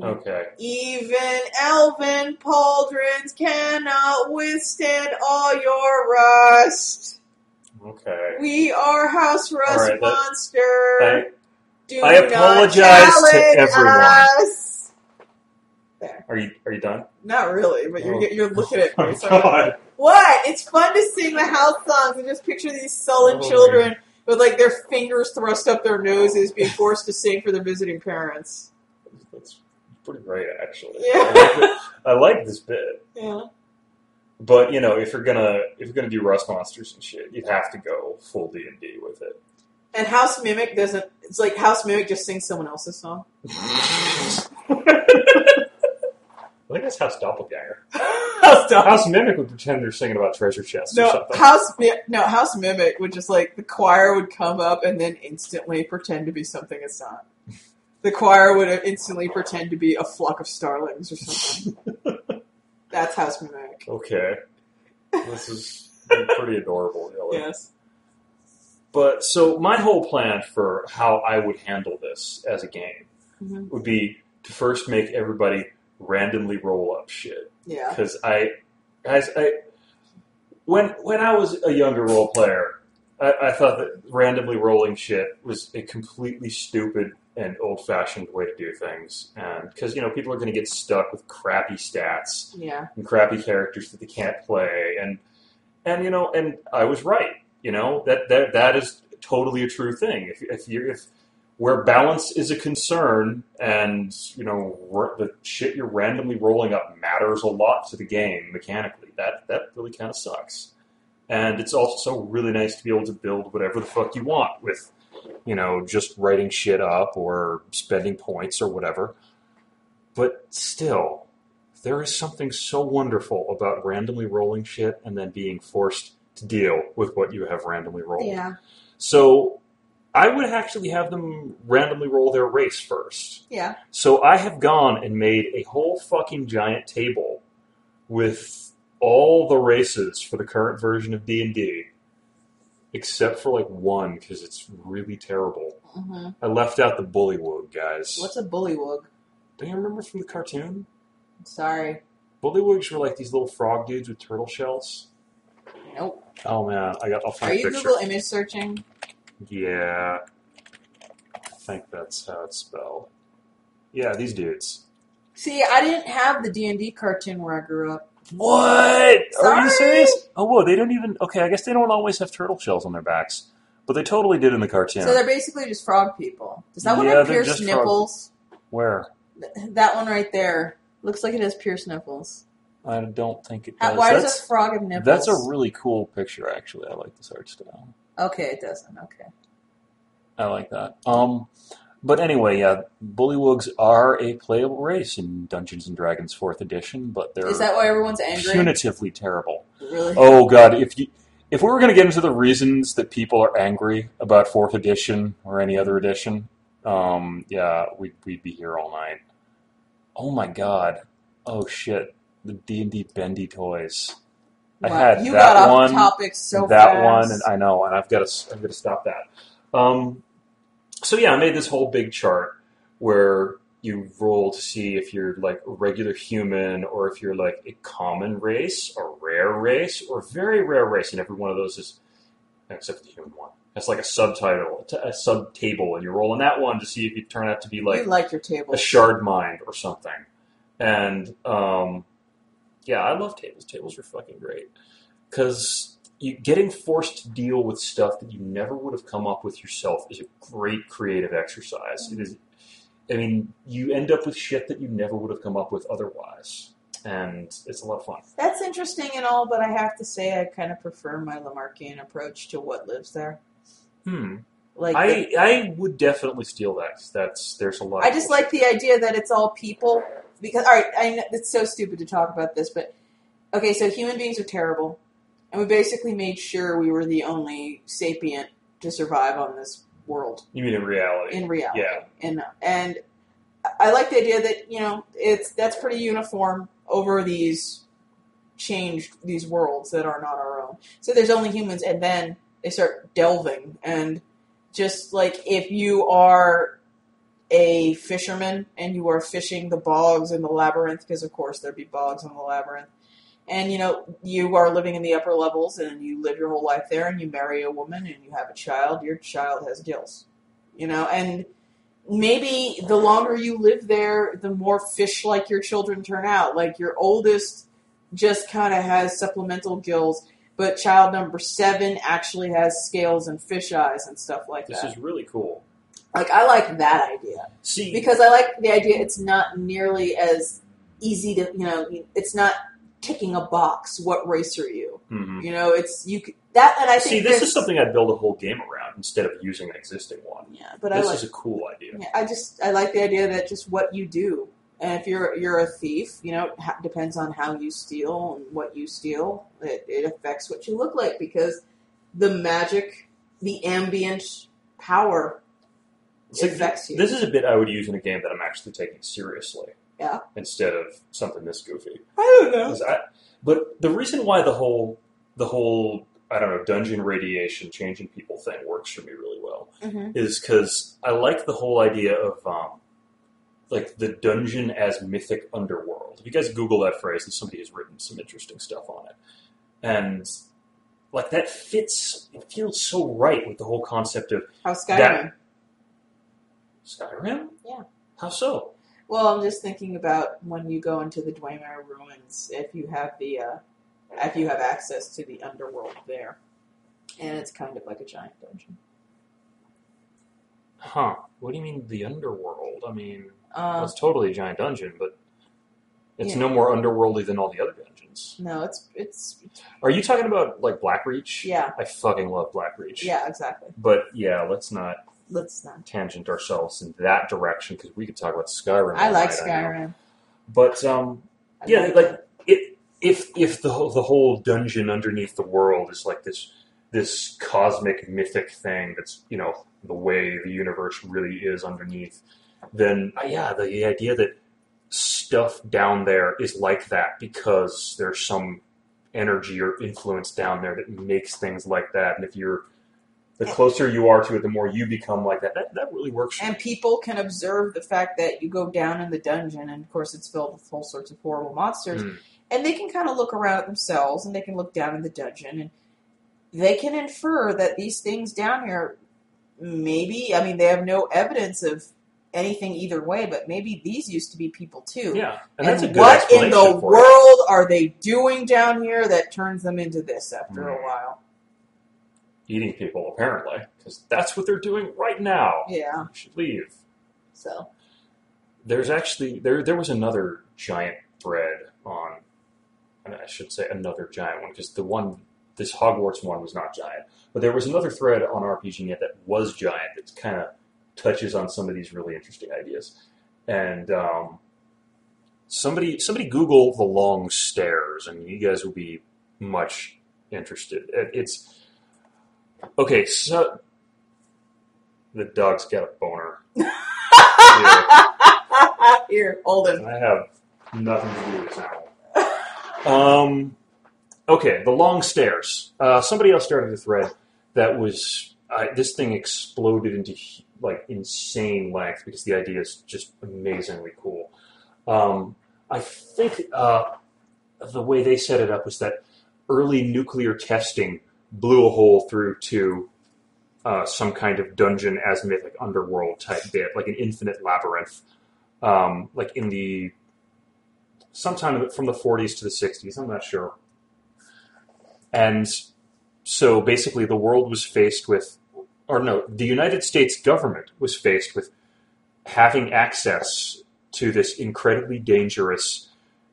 Speaker 1: Okay.
Speaker 2: Even elven pauldrons cannot withstand all your rust.
Speaker 1: Okay.
Speaker 2: We are house rust
Speaker 1: right, that-
Speaker 2: monster.
Speaker 1: I,
Speaker 2: Do
Speaker 1: I
Speaker 2: not
Speaker 1: apologize to
Speaker 2: challenge
Speaker 1: everyone.
Speaker 2: us.
Speaker 1: are you are you done?
Speaker 2: Not really, but you're
Speaker 1: Oh.
Speaker 2: you're looking at me.
Speaker 1: Oh,
Speaker 2: So
Speaker 1: God.
Speaker 2: what? It's fun to sing the house songs and just picture these sullen
Speaker 1: Oh,
Speaker 2: children with like their fingers thrust up their noses, being forced to sing for their visiting parents.
Speaker 1: That's pretty great, actually.
Speaker 2: Yeah.
Speaker 1: I, like it- I like this bit,
Speaker 2: Yeah.
Speaker 1: but you know, if you're gonna if you're gonna do rust monsters and shit, you'd have to go full D and D with it.
Speaker 2: And House Mimic doesn't. It's like House Mimic just sings someone else's song.
Speaker 1: I think that's House Doppelganger.
Speaker 2: House Dog.
Speaker 1: House Mimic would pretend they're singing about treasure chests or
Speaker 2: No,
Speaker 1: something.
Speaker 2: House Mi- no House Mimic would just like the choir would come up and then instantly pretend to be something it's not. The choir would instantly pretend to be a flock of starlings or something. That's House Mimic.
Speaker 1: okay, this is pretty adorable, really.
Speaker 2: Yes.
Speaker 1: But so my whole plan for how I would handle this as a game
Speaker 2: Mhm.
Speaker 1: would be to first make everybody randomly roll up shit
Speaker 2: Yeah.
Speaker 1: because I, guys, I when when I was a younger role player, I, I thought that randomly rolling shit was a completely stupid an old fashioned way to do things. And because, you know, people are going to get stuck with crappy stats
Speaker 2: Yeah.
Speaker 1: and crappy characters that they can't play. And, and, you know, and I was right, you know, that, that, that is totally a true thing. If, if you're, if where balance is a concern and, you know, r- the shit you're randomly rolling up matters a lot to the game mechanically, that, that really kind of sucks. And it's also really nice to be able to build whatever the fuck you want with you know, just writing shit up or spending points or whatever. But still, there is something so wonderful about randomly rolling shit and then being forced to deal with what you have randomly rolled.
Speaker 2: Yeah.
Speaker 1: So I would actually have them randomly roll their race first.
Speaker 2: Yeah.
Speaker 1: So I have gone and made a whole fucking giant table with all the races for the current version of D&D except for like one cuz it's really terrible.
Speaker 2: hmm
Speaker 1: I left out the Bullywug guys.
Speaker 2: What's a bullywug?
Speaker 1: Do you remember from the cartoon?
Speaker 2: I'm sorry.
Speaker 1: Bullywugs were like these little frog dudes with turtle shells.
Speaker 2: Nope.
Speaker 1: Oh man, I got. I'll find
Speaker 2: Are
Speaker 1: a
Speaker 2: you
Speaker 1: picture.
Speaker 2: Google image searching?
Speaker 1: Yeah, I think that's how it's spelled. Yeah, these dudes.
Speaker 2: See, I didn't have the D and D cartoon where I grew up.
Speaker 1: What? Are you
Speaker 2: Sorry.
Speaker 1: serious? Oh whoa, they don't even. Okay, I guess they don't always have turtle shells on their backs, but they totally did in the cartoon.
Speaker 2: So they're basically just frog people. Does that one
Speaker 1: Yeah,
Speaker 2: have
Speaker 1: they're
Speaker 2: pierced
Speaker 1: just
Speaker 2: nipples?
Speaker 1: Where?
Speaker 2: Th- That one right there looks like it has pierced nipples.
Speaker 1: I don't think it does.
Speaker 2: How, why
Speaker 1: that's,
Speaker 2: does a frog have nipples?
Speaker 1: that's a really cool picture. Actually, I like this art style.
Speaker 2: okay. It doesn't. Okay.
Speaker 1: I like that. Um, but anyway, yeah, bullywugs are a playable race in Dungeons and Dragons Fourth Edition, but they're
Speaker 2: Is that why everyone's angry?
Speaker 1: punitively terrible.
Speaker 2: Really?
Speaker 1: Oh god, if you if we were going to get into the reasons that people are angry about Fourth Edition or any other edition, um, yeah, we'd we'd be here all night. Oh my god. Oh shit. The D and D bendy toys. I
Speaker 2: Wow,
Speaker 1: had
Speaker 2: you
Speaker 1: that
Speaker 2: got off
Speaker 1: one,
Speaker 2: topic so
Speaker 1: that
Speaker 2: fast.
Speaker 1: one, and I know, and I've got to, I've got to stop that. Um, so yeah, I made this whole big chart where you roll to see if you're like a regular human or if you're like a common race, a rare race, or very rare race, and every one of those is except for the human one. That's like a subtitle, t- a sub table, and you roll on that one to see if you turn out to be like
Speaker 2: you like your table.
Speaker 1: a shard mind or something. And um, yeah, I love tables. Tables are fucking great because you getting forced to deal with stuff that you never would have come up with yourself is a great creative exercise. It is. I mean, you end up with shit that you never would have come up with otherwise, and it's a lot of fun.
Speaker 2: That's interesting and all, but I have to say I kind of prefer my Lamarckian approach to what lives there.
Speaker 1: Hmm.
Speaker 2: Like the-
Speaker 1: I I would definitely steal that. 'cause That's there's a lot.
Speaker 2: I
Speaker 1: of
Speaker 2: just
Speaker 1: bullshit.
Speaker 2: like the idea that it's all people because all right, I know, it's so stupid to talk about this, but okay, so human beings are terrible, and we basically made sure we were the only sapient to survive on this world
Speaker 1: you mean in reality.
Speaker 2: in reality.
Speaker 1: yeah.
Speaker 2: And and I like the idea that you know it's that's pretty uniform over these changed these worlds that are not our own. So there's only humans, and then they start delving and just like if you are a fisherman and you are fishing the bogs in the labyrinth because of course there'd be bogs in the labyrinth and you know you are living in the upper levels and you live your whole life there and you marry a woman and you have a child your child has gills you know and maybe the longer you live there the more fish like your children turn out like your oldest just kind of has supplemental gills but child number seven actually has scales and fish eyes and stuff like
Speaker 1: This
Speaker 2: that
Speaker 1: is really cool.
Speaker 2: like i like that idea
Speaker 1: See,
Speaker 2: because I like the idea it's not nearly as easy to you know it's not ticking a box what race are you
Speaker 1: Mhm.
Speaker 2: you know it's you c- that and I think
Speaker 1: see, this
Speaker 2: there's-
Speaker 1: is something I'd build a whole game around instead of using an existing one.
Speaker 2: yeah but I
Speaker 1: this
Speaker 2: like
Speaker 1: is a cool idea.
Speaker 2: yeah, I just I like the idea that just what you do and if you're you're a thief you know it ha- depends on how you steal and what you steal it, it affects what you look like because the magic the ambient power
Speaker 1: So
Speaker 2: affects you
Speaker 1: This is a bit I would use in a game that I'm actually taking seriously.
Speaker 2: Yeah.
Speaker 1: Instead of something this goofy.
Speaker 2: I don't know
Speaker 1: 'Cause I- but the reason why the whole the whole I don't know dungeon radiation changing people thing works for me really well
Speaker 2: Mhm.
Speaker 1: is because I like the whole idea of um, like the dungeon as mythic underworld. If you guys Google that phrase, and somebody has written some interesting stuff on it, and like that fits. It feels so right with the whole concept of
Speaker 2: how Skyrim
Speaker 1: That- Skyrim?
Speaker 2: Yeah.
Speaker 1: How so?
Speaker 2: Well, I'm just thinking about when you go into the Dwemer ruins, if you have the, uh, if you have access to the underworld there, and it's kind of like a giant dungeon.
Speaker 1: Huh. What do you mean the underworld? I mean,
Speaker 2: Um,
Speaker 1: that's totally a giant dungeon, but it's
Speaker 2: Yeah.
Speaker 1: no more underworldly than all the other dungeons.
Speaker 2: no, it's it's
Speaker 1: Are you talking about like Blackreach?
Speaker 2: yeah,
Speaker 1: I fucking love Blackreach.
Speaker 2: yeah, exactly.
Speaker 1: But yeah, let's not
Speaker 2: Let's not.
Speaker 1: tangent ourselves in that direction because we could talk about Skyrim.
Speaker 2: I
Speaker 1: all
Speaker 2: like
Speaker 1: night, I know.
Speaker 2: Skyrim.
Speaker 1: but um,
Speaker 2: I
Speaker 1: yeah,
Speaker 2: like
Speaker 1: like
Speaker 2: it.
Speaker 1: it, if if the whole, the whole dungeon underneath the world is like this this cosmic mythic thing that's you know the way the universe really is underneath, then uh, yeah, the, the idea that stuff down there is like that because there's some energy or influence down there that makes things like that, and if you're the
Speaker 2: Eh.
Speaker 1: closer you are to it, the more you become like that. That, that really works. for
Speaker 2: And people can observe the fact that you go down in the dungeon, and of course, it's filled with all sorts of horrible monsters.
Speaker 1: Mm.
Speaker 2: And they can kind of look around at themselves, and they can look down in the dungeon, and they can infer that these things down here, maybe, I mean, they have no evidence of anything either way, but maybe these used to be people too.
Speaker 1: Yeah, and, that's a good
Speaker 2: what in
Speaker 1: explanation
Speaker 2: the
Speaker 1: for
Speaker 2: world
Speaker 1: it.
Speaker 2: are they doing down here that turns them into this after a
Speaker 1: Hmm.
Speaker 2: while?
Speaker 1: Eating people, apparently, because that's what they're doing right now.
Speaker 2: Yeah,
Speaker 1: We should leave.
Speaker 2: so
Speaker 1: There's actually there. There was another giant bread on. and I should say another giant one because the one this Hogwarts one was not giant, but there was another thread on RPGNet that was giant that kind of touches on some of these really interesting ideas. And um, somebody somebody Google the long stairs, and you guys will be much interested. It- It's okay. So the dog's got a boner.
Speaker 2: here, hold him.
Speaker 1: I have nothing to do with this animal. Um, okay, the long stairs. Uh, somebody else started a thread that was uh, this thing exploded into hu- like insane length because the idea is just amazingly cool. Um, I think uh, the way they set it up was that early nuclear testing blew a hole through to uh, some kind of dungeon as mythic underworld type bit, like an infinite labyrinth, um, like in the sometime from the 40s to the 60s. I'm not sure. And so basically, the world was faced with, or no, the United States government was faced with having access to this incredibly dangerous,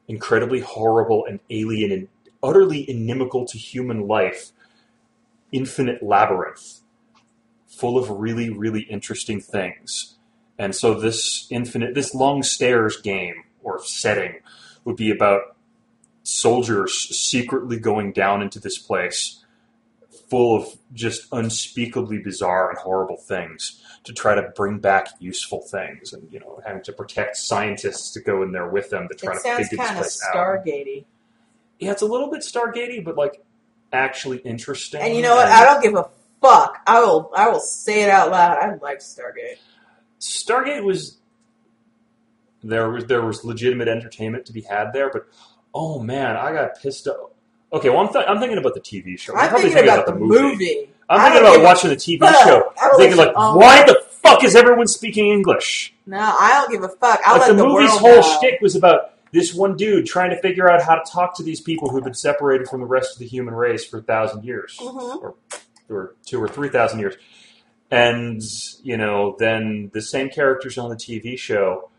Speaker 1: incredibly horrible, and alien and utterly inimical to human life infinite labyrinth full of really, really interesting things. And so this infinite, this long stairs game or setting would be about soldiers secretly going down into this place full of just unspeakably bizarre and horrible things to try to bring back useful things and you know having to protect scientists to go in there with them to try
Speaker 2: It
Speaker 1: to
Speaker 2: sounds
Speaker 1: figure this
Speaker 2: kind of
Speaker 1: place out.
Speaker 2: Stargatey.
Speaker 1: Yeah, it's a little bit Stargatey, but like actually interesting.
Speaker 2: And you know what?
Speaker 1: and-
Speaker 2: I don't give a fuck. I will. I will say it out loud. I like Stargate.
Speaker 1: Stargate was there was there was legitimate entertainment to be had there, but oh man, I got pissed off. Okay, well I'm, th- I'm thinking about the TV show.
Speaker 2: I'm
Speaker 1: probably
Speaker 2: thinking about, the movie.
Speaker 1: I'm
Speaker 2: I
Speaker 1: thinking
Speaker 2: don't
Speaker 1: about
Speaker 2: give a
Speaker 1: watching the TV
Speaker 2: fuck.
Speaker 1: show,
Speaker 2: I don't
Speaker 1: thinking
Speaker 2: listen-
Speaker 1: like,
Speaker 2: oh.
Speaker 1: why the fuck is everyone speaking English?
Speaker 2: No, I don't give a fuck. I
Speaker 1: like
Speaker 2: let
Speaker 1: the,
Speaker 2: the,
Speaker 1: movie's
Speaker 2: world
Speaker 1: whole
Speaker 2: know.
Speaker 1: shtick was about this one dude trying to figure out how to talk to these people who've been separated from the rest of the human race for a thousand years,
Speaker 2: Mhm.
Speaker 1: or, or two or three thousand years. And you know, then the same characters on the TV show,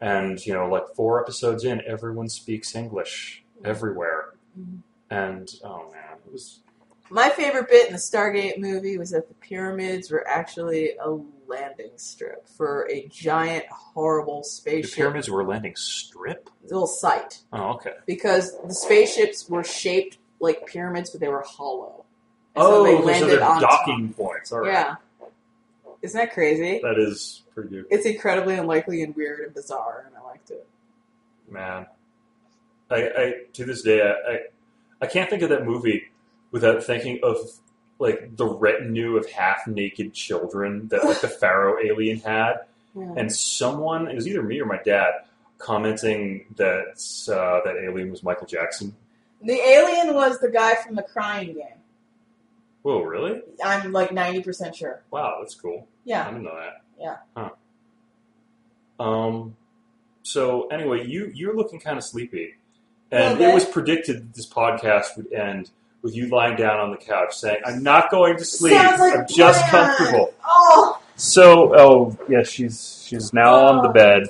Speaker 1: and you know, like four episodes in, everyone speaks English everywhere,
Speaker 2: Mhm.
Speaker 1: and oh man, it was
Speaker 2: My favorite bit in the Stargate movie was that the pyramids were actually a landing strip for a giant, horrible
Speaker 1: the
Speaker 2: spaceship
Speaker 1: pyramids were a landing strip.
Speaker 2: little site
Speaker 1: Oh, okay.
Speaker 2: because the spaceships were shaped like pyramids, but they were hollow. And
Speaker 1: oh,
Speaker 2: so they
Speaker 1: okay, so
Speaker 2: landed
Speaker 1: they're
Speaker 2: on top.
Speaker 1: docking points. All right,
Speaker 2: Yeah, isn't that crazy?
Speaker 1: that is pretty good.
Speaker 2: It's incredibly unlikely and weird and bizarre, and I liked it.
Speaker 1: man. I, I to this day I, I I can't think of that movie without thinking of like the retinue of half naked children that like the Pharaoh alien had,
Speaker 2: Yeah.
Speaker 1: and someone it was either me or my dad commenting that uh, that alien was Michael Jackson.
Speaker 2: The alien was the guy from the Crying Game.
Speaker 1: Whoa, really?
Speaker 2: I'm like ninety percent sure.
Speaker 1: Wow, that's cool. I
Speaker 2: Yeah,
Speaker 1: didn't know that.
Speaker 2: Yeah.
Speaker 1: Huh. Um, so anyway, you you're looking kind of sleepy,
Speaker 2: Well,
Speaker 1: and it
Speaker 2: that-
Speaker 1: was predicted that this podcast would end with you lying down on the couch saying, "I'm not going to sleep.
Speaker 2: Sounds like
Speaker 1: I'm just
Speaker 2: plan.
Speaker 1: comfortable."
Speaker 2: Oh,
Speaker 1: So, oh yes, she's she's now on the bed,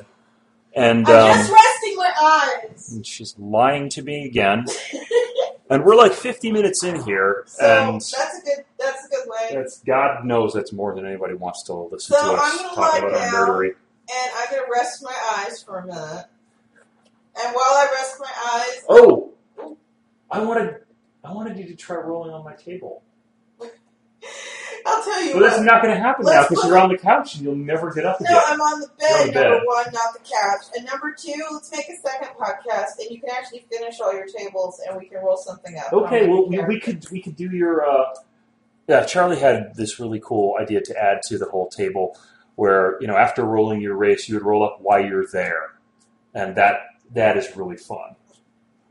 Speaker 1: and um,
Speaker 2: I'm Oh. just resting my eyes.
Speaker 1: and she's lying to me again. And we're like 50 minutes in here,
Speaker 2: So
Speaker 1: and
Speaker 2: that's a good. That's a good way.
Speaker 1: that's God knows that's more than anybody wants to listen
Speaker 2: So
Speaker 1: to us
Speaker 2: I'm gonna
Speaker 1: talk
Speaker 2: lie
Speaker 1: about our
Speaker 2: down.
Speaker 1: nerdery.
Speaker 2: And I'm gonna rest my eyes for a minute. And while I rest my eyes,
Speaker 1: Oh, I wanted I wanted you to try rolling on my table.
Speaker 2: I'll tell you
Speaker 1: Well,
Speaker 2: what.
Speaker 1: that's not going to happen now
Speaker 2: Let's
Speaker 1: because
Speaker 2: put-
Speaker 1: you're on the couch and you'll never get up
Speaker 2: No,
Speaker 1: again.
Speaker 2: I'm on the
Speaker 1: You're
Speaker 2: bed,
Speaker 1: on the
Speaker 2: number
Speaker 1: bed.
Speaker 2: one, not the couch. And number two, let's make a second podcast and you can actually finish all your tables and we can roll something up.
Speaker 1: Okay,
Speaker 2: I'm
Speaker 1: well
Speaker 2: gonna
Speaker 1: we,
Speaker 2: care.
Speaker 1: we could we could do your. Uh, yeah, Charlie had this really cool idea to add to the whole table, where you know after rolling your race, you would roll up why you're there, and that that is really fun.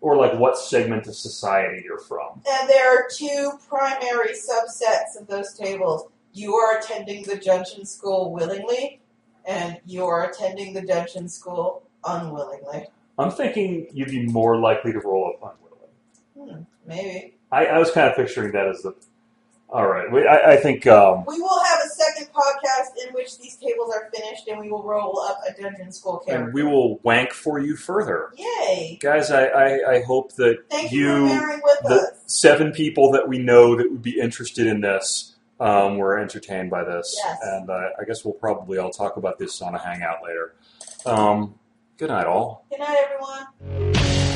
Speaker 1: Or like what segment of society you're from.
Speaker 2: And there are two primary subsets of those tables. You are attending the dungeon school willingly, and you are attending the dungeon school unwillingly.
Speaker 1: I'm thinking you'd be more likely to roll up on Willow.
Speaker 2: Hmm, maybe.
Speaker 1: I, I was kind of picturing that as the. All right, we, I, I think um,
Speaker 2: We will have a second podcast in which these tables are finished and we will roll up a dungeon school character.
Speaker 1: and we will wank for you further,
Speaker 2: Yay!
Speaker 1: guys. I, I, I hope that
Speaker 2: Thank you,
Speaker 1: you
Speaker 2: for bearing with
Speaker 1: the-
Speaker 2: us.
Speaker 1: seven people that we know that would be interested in this um, were entertained by this.
Speaker 2: Yes.
Speaker 1: And uh, I guess we'll probably all talk about this on a hangout later. Um, good night, all.
Speaker 2: Good night, everyone.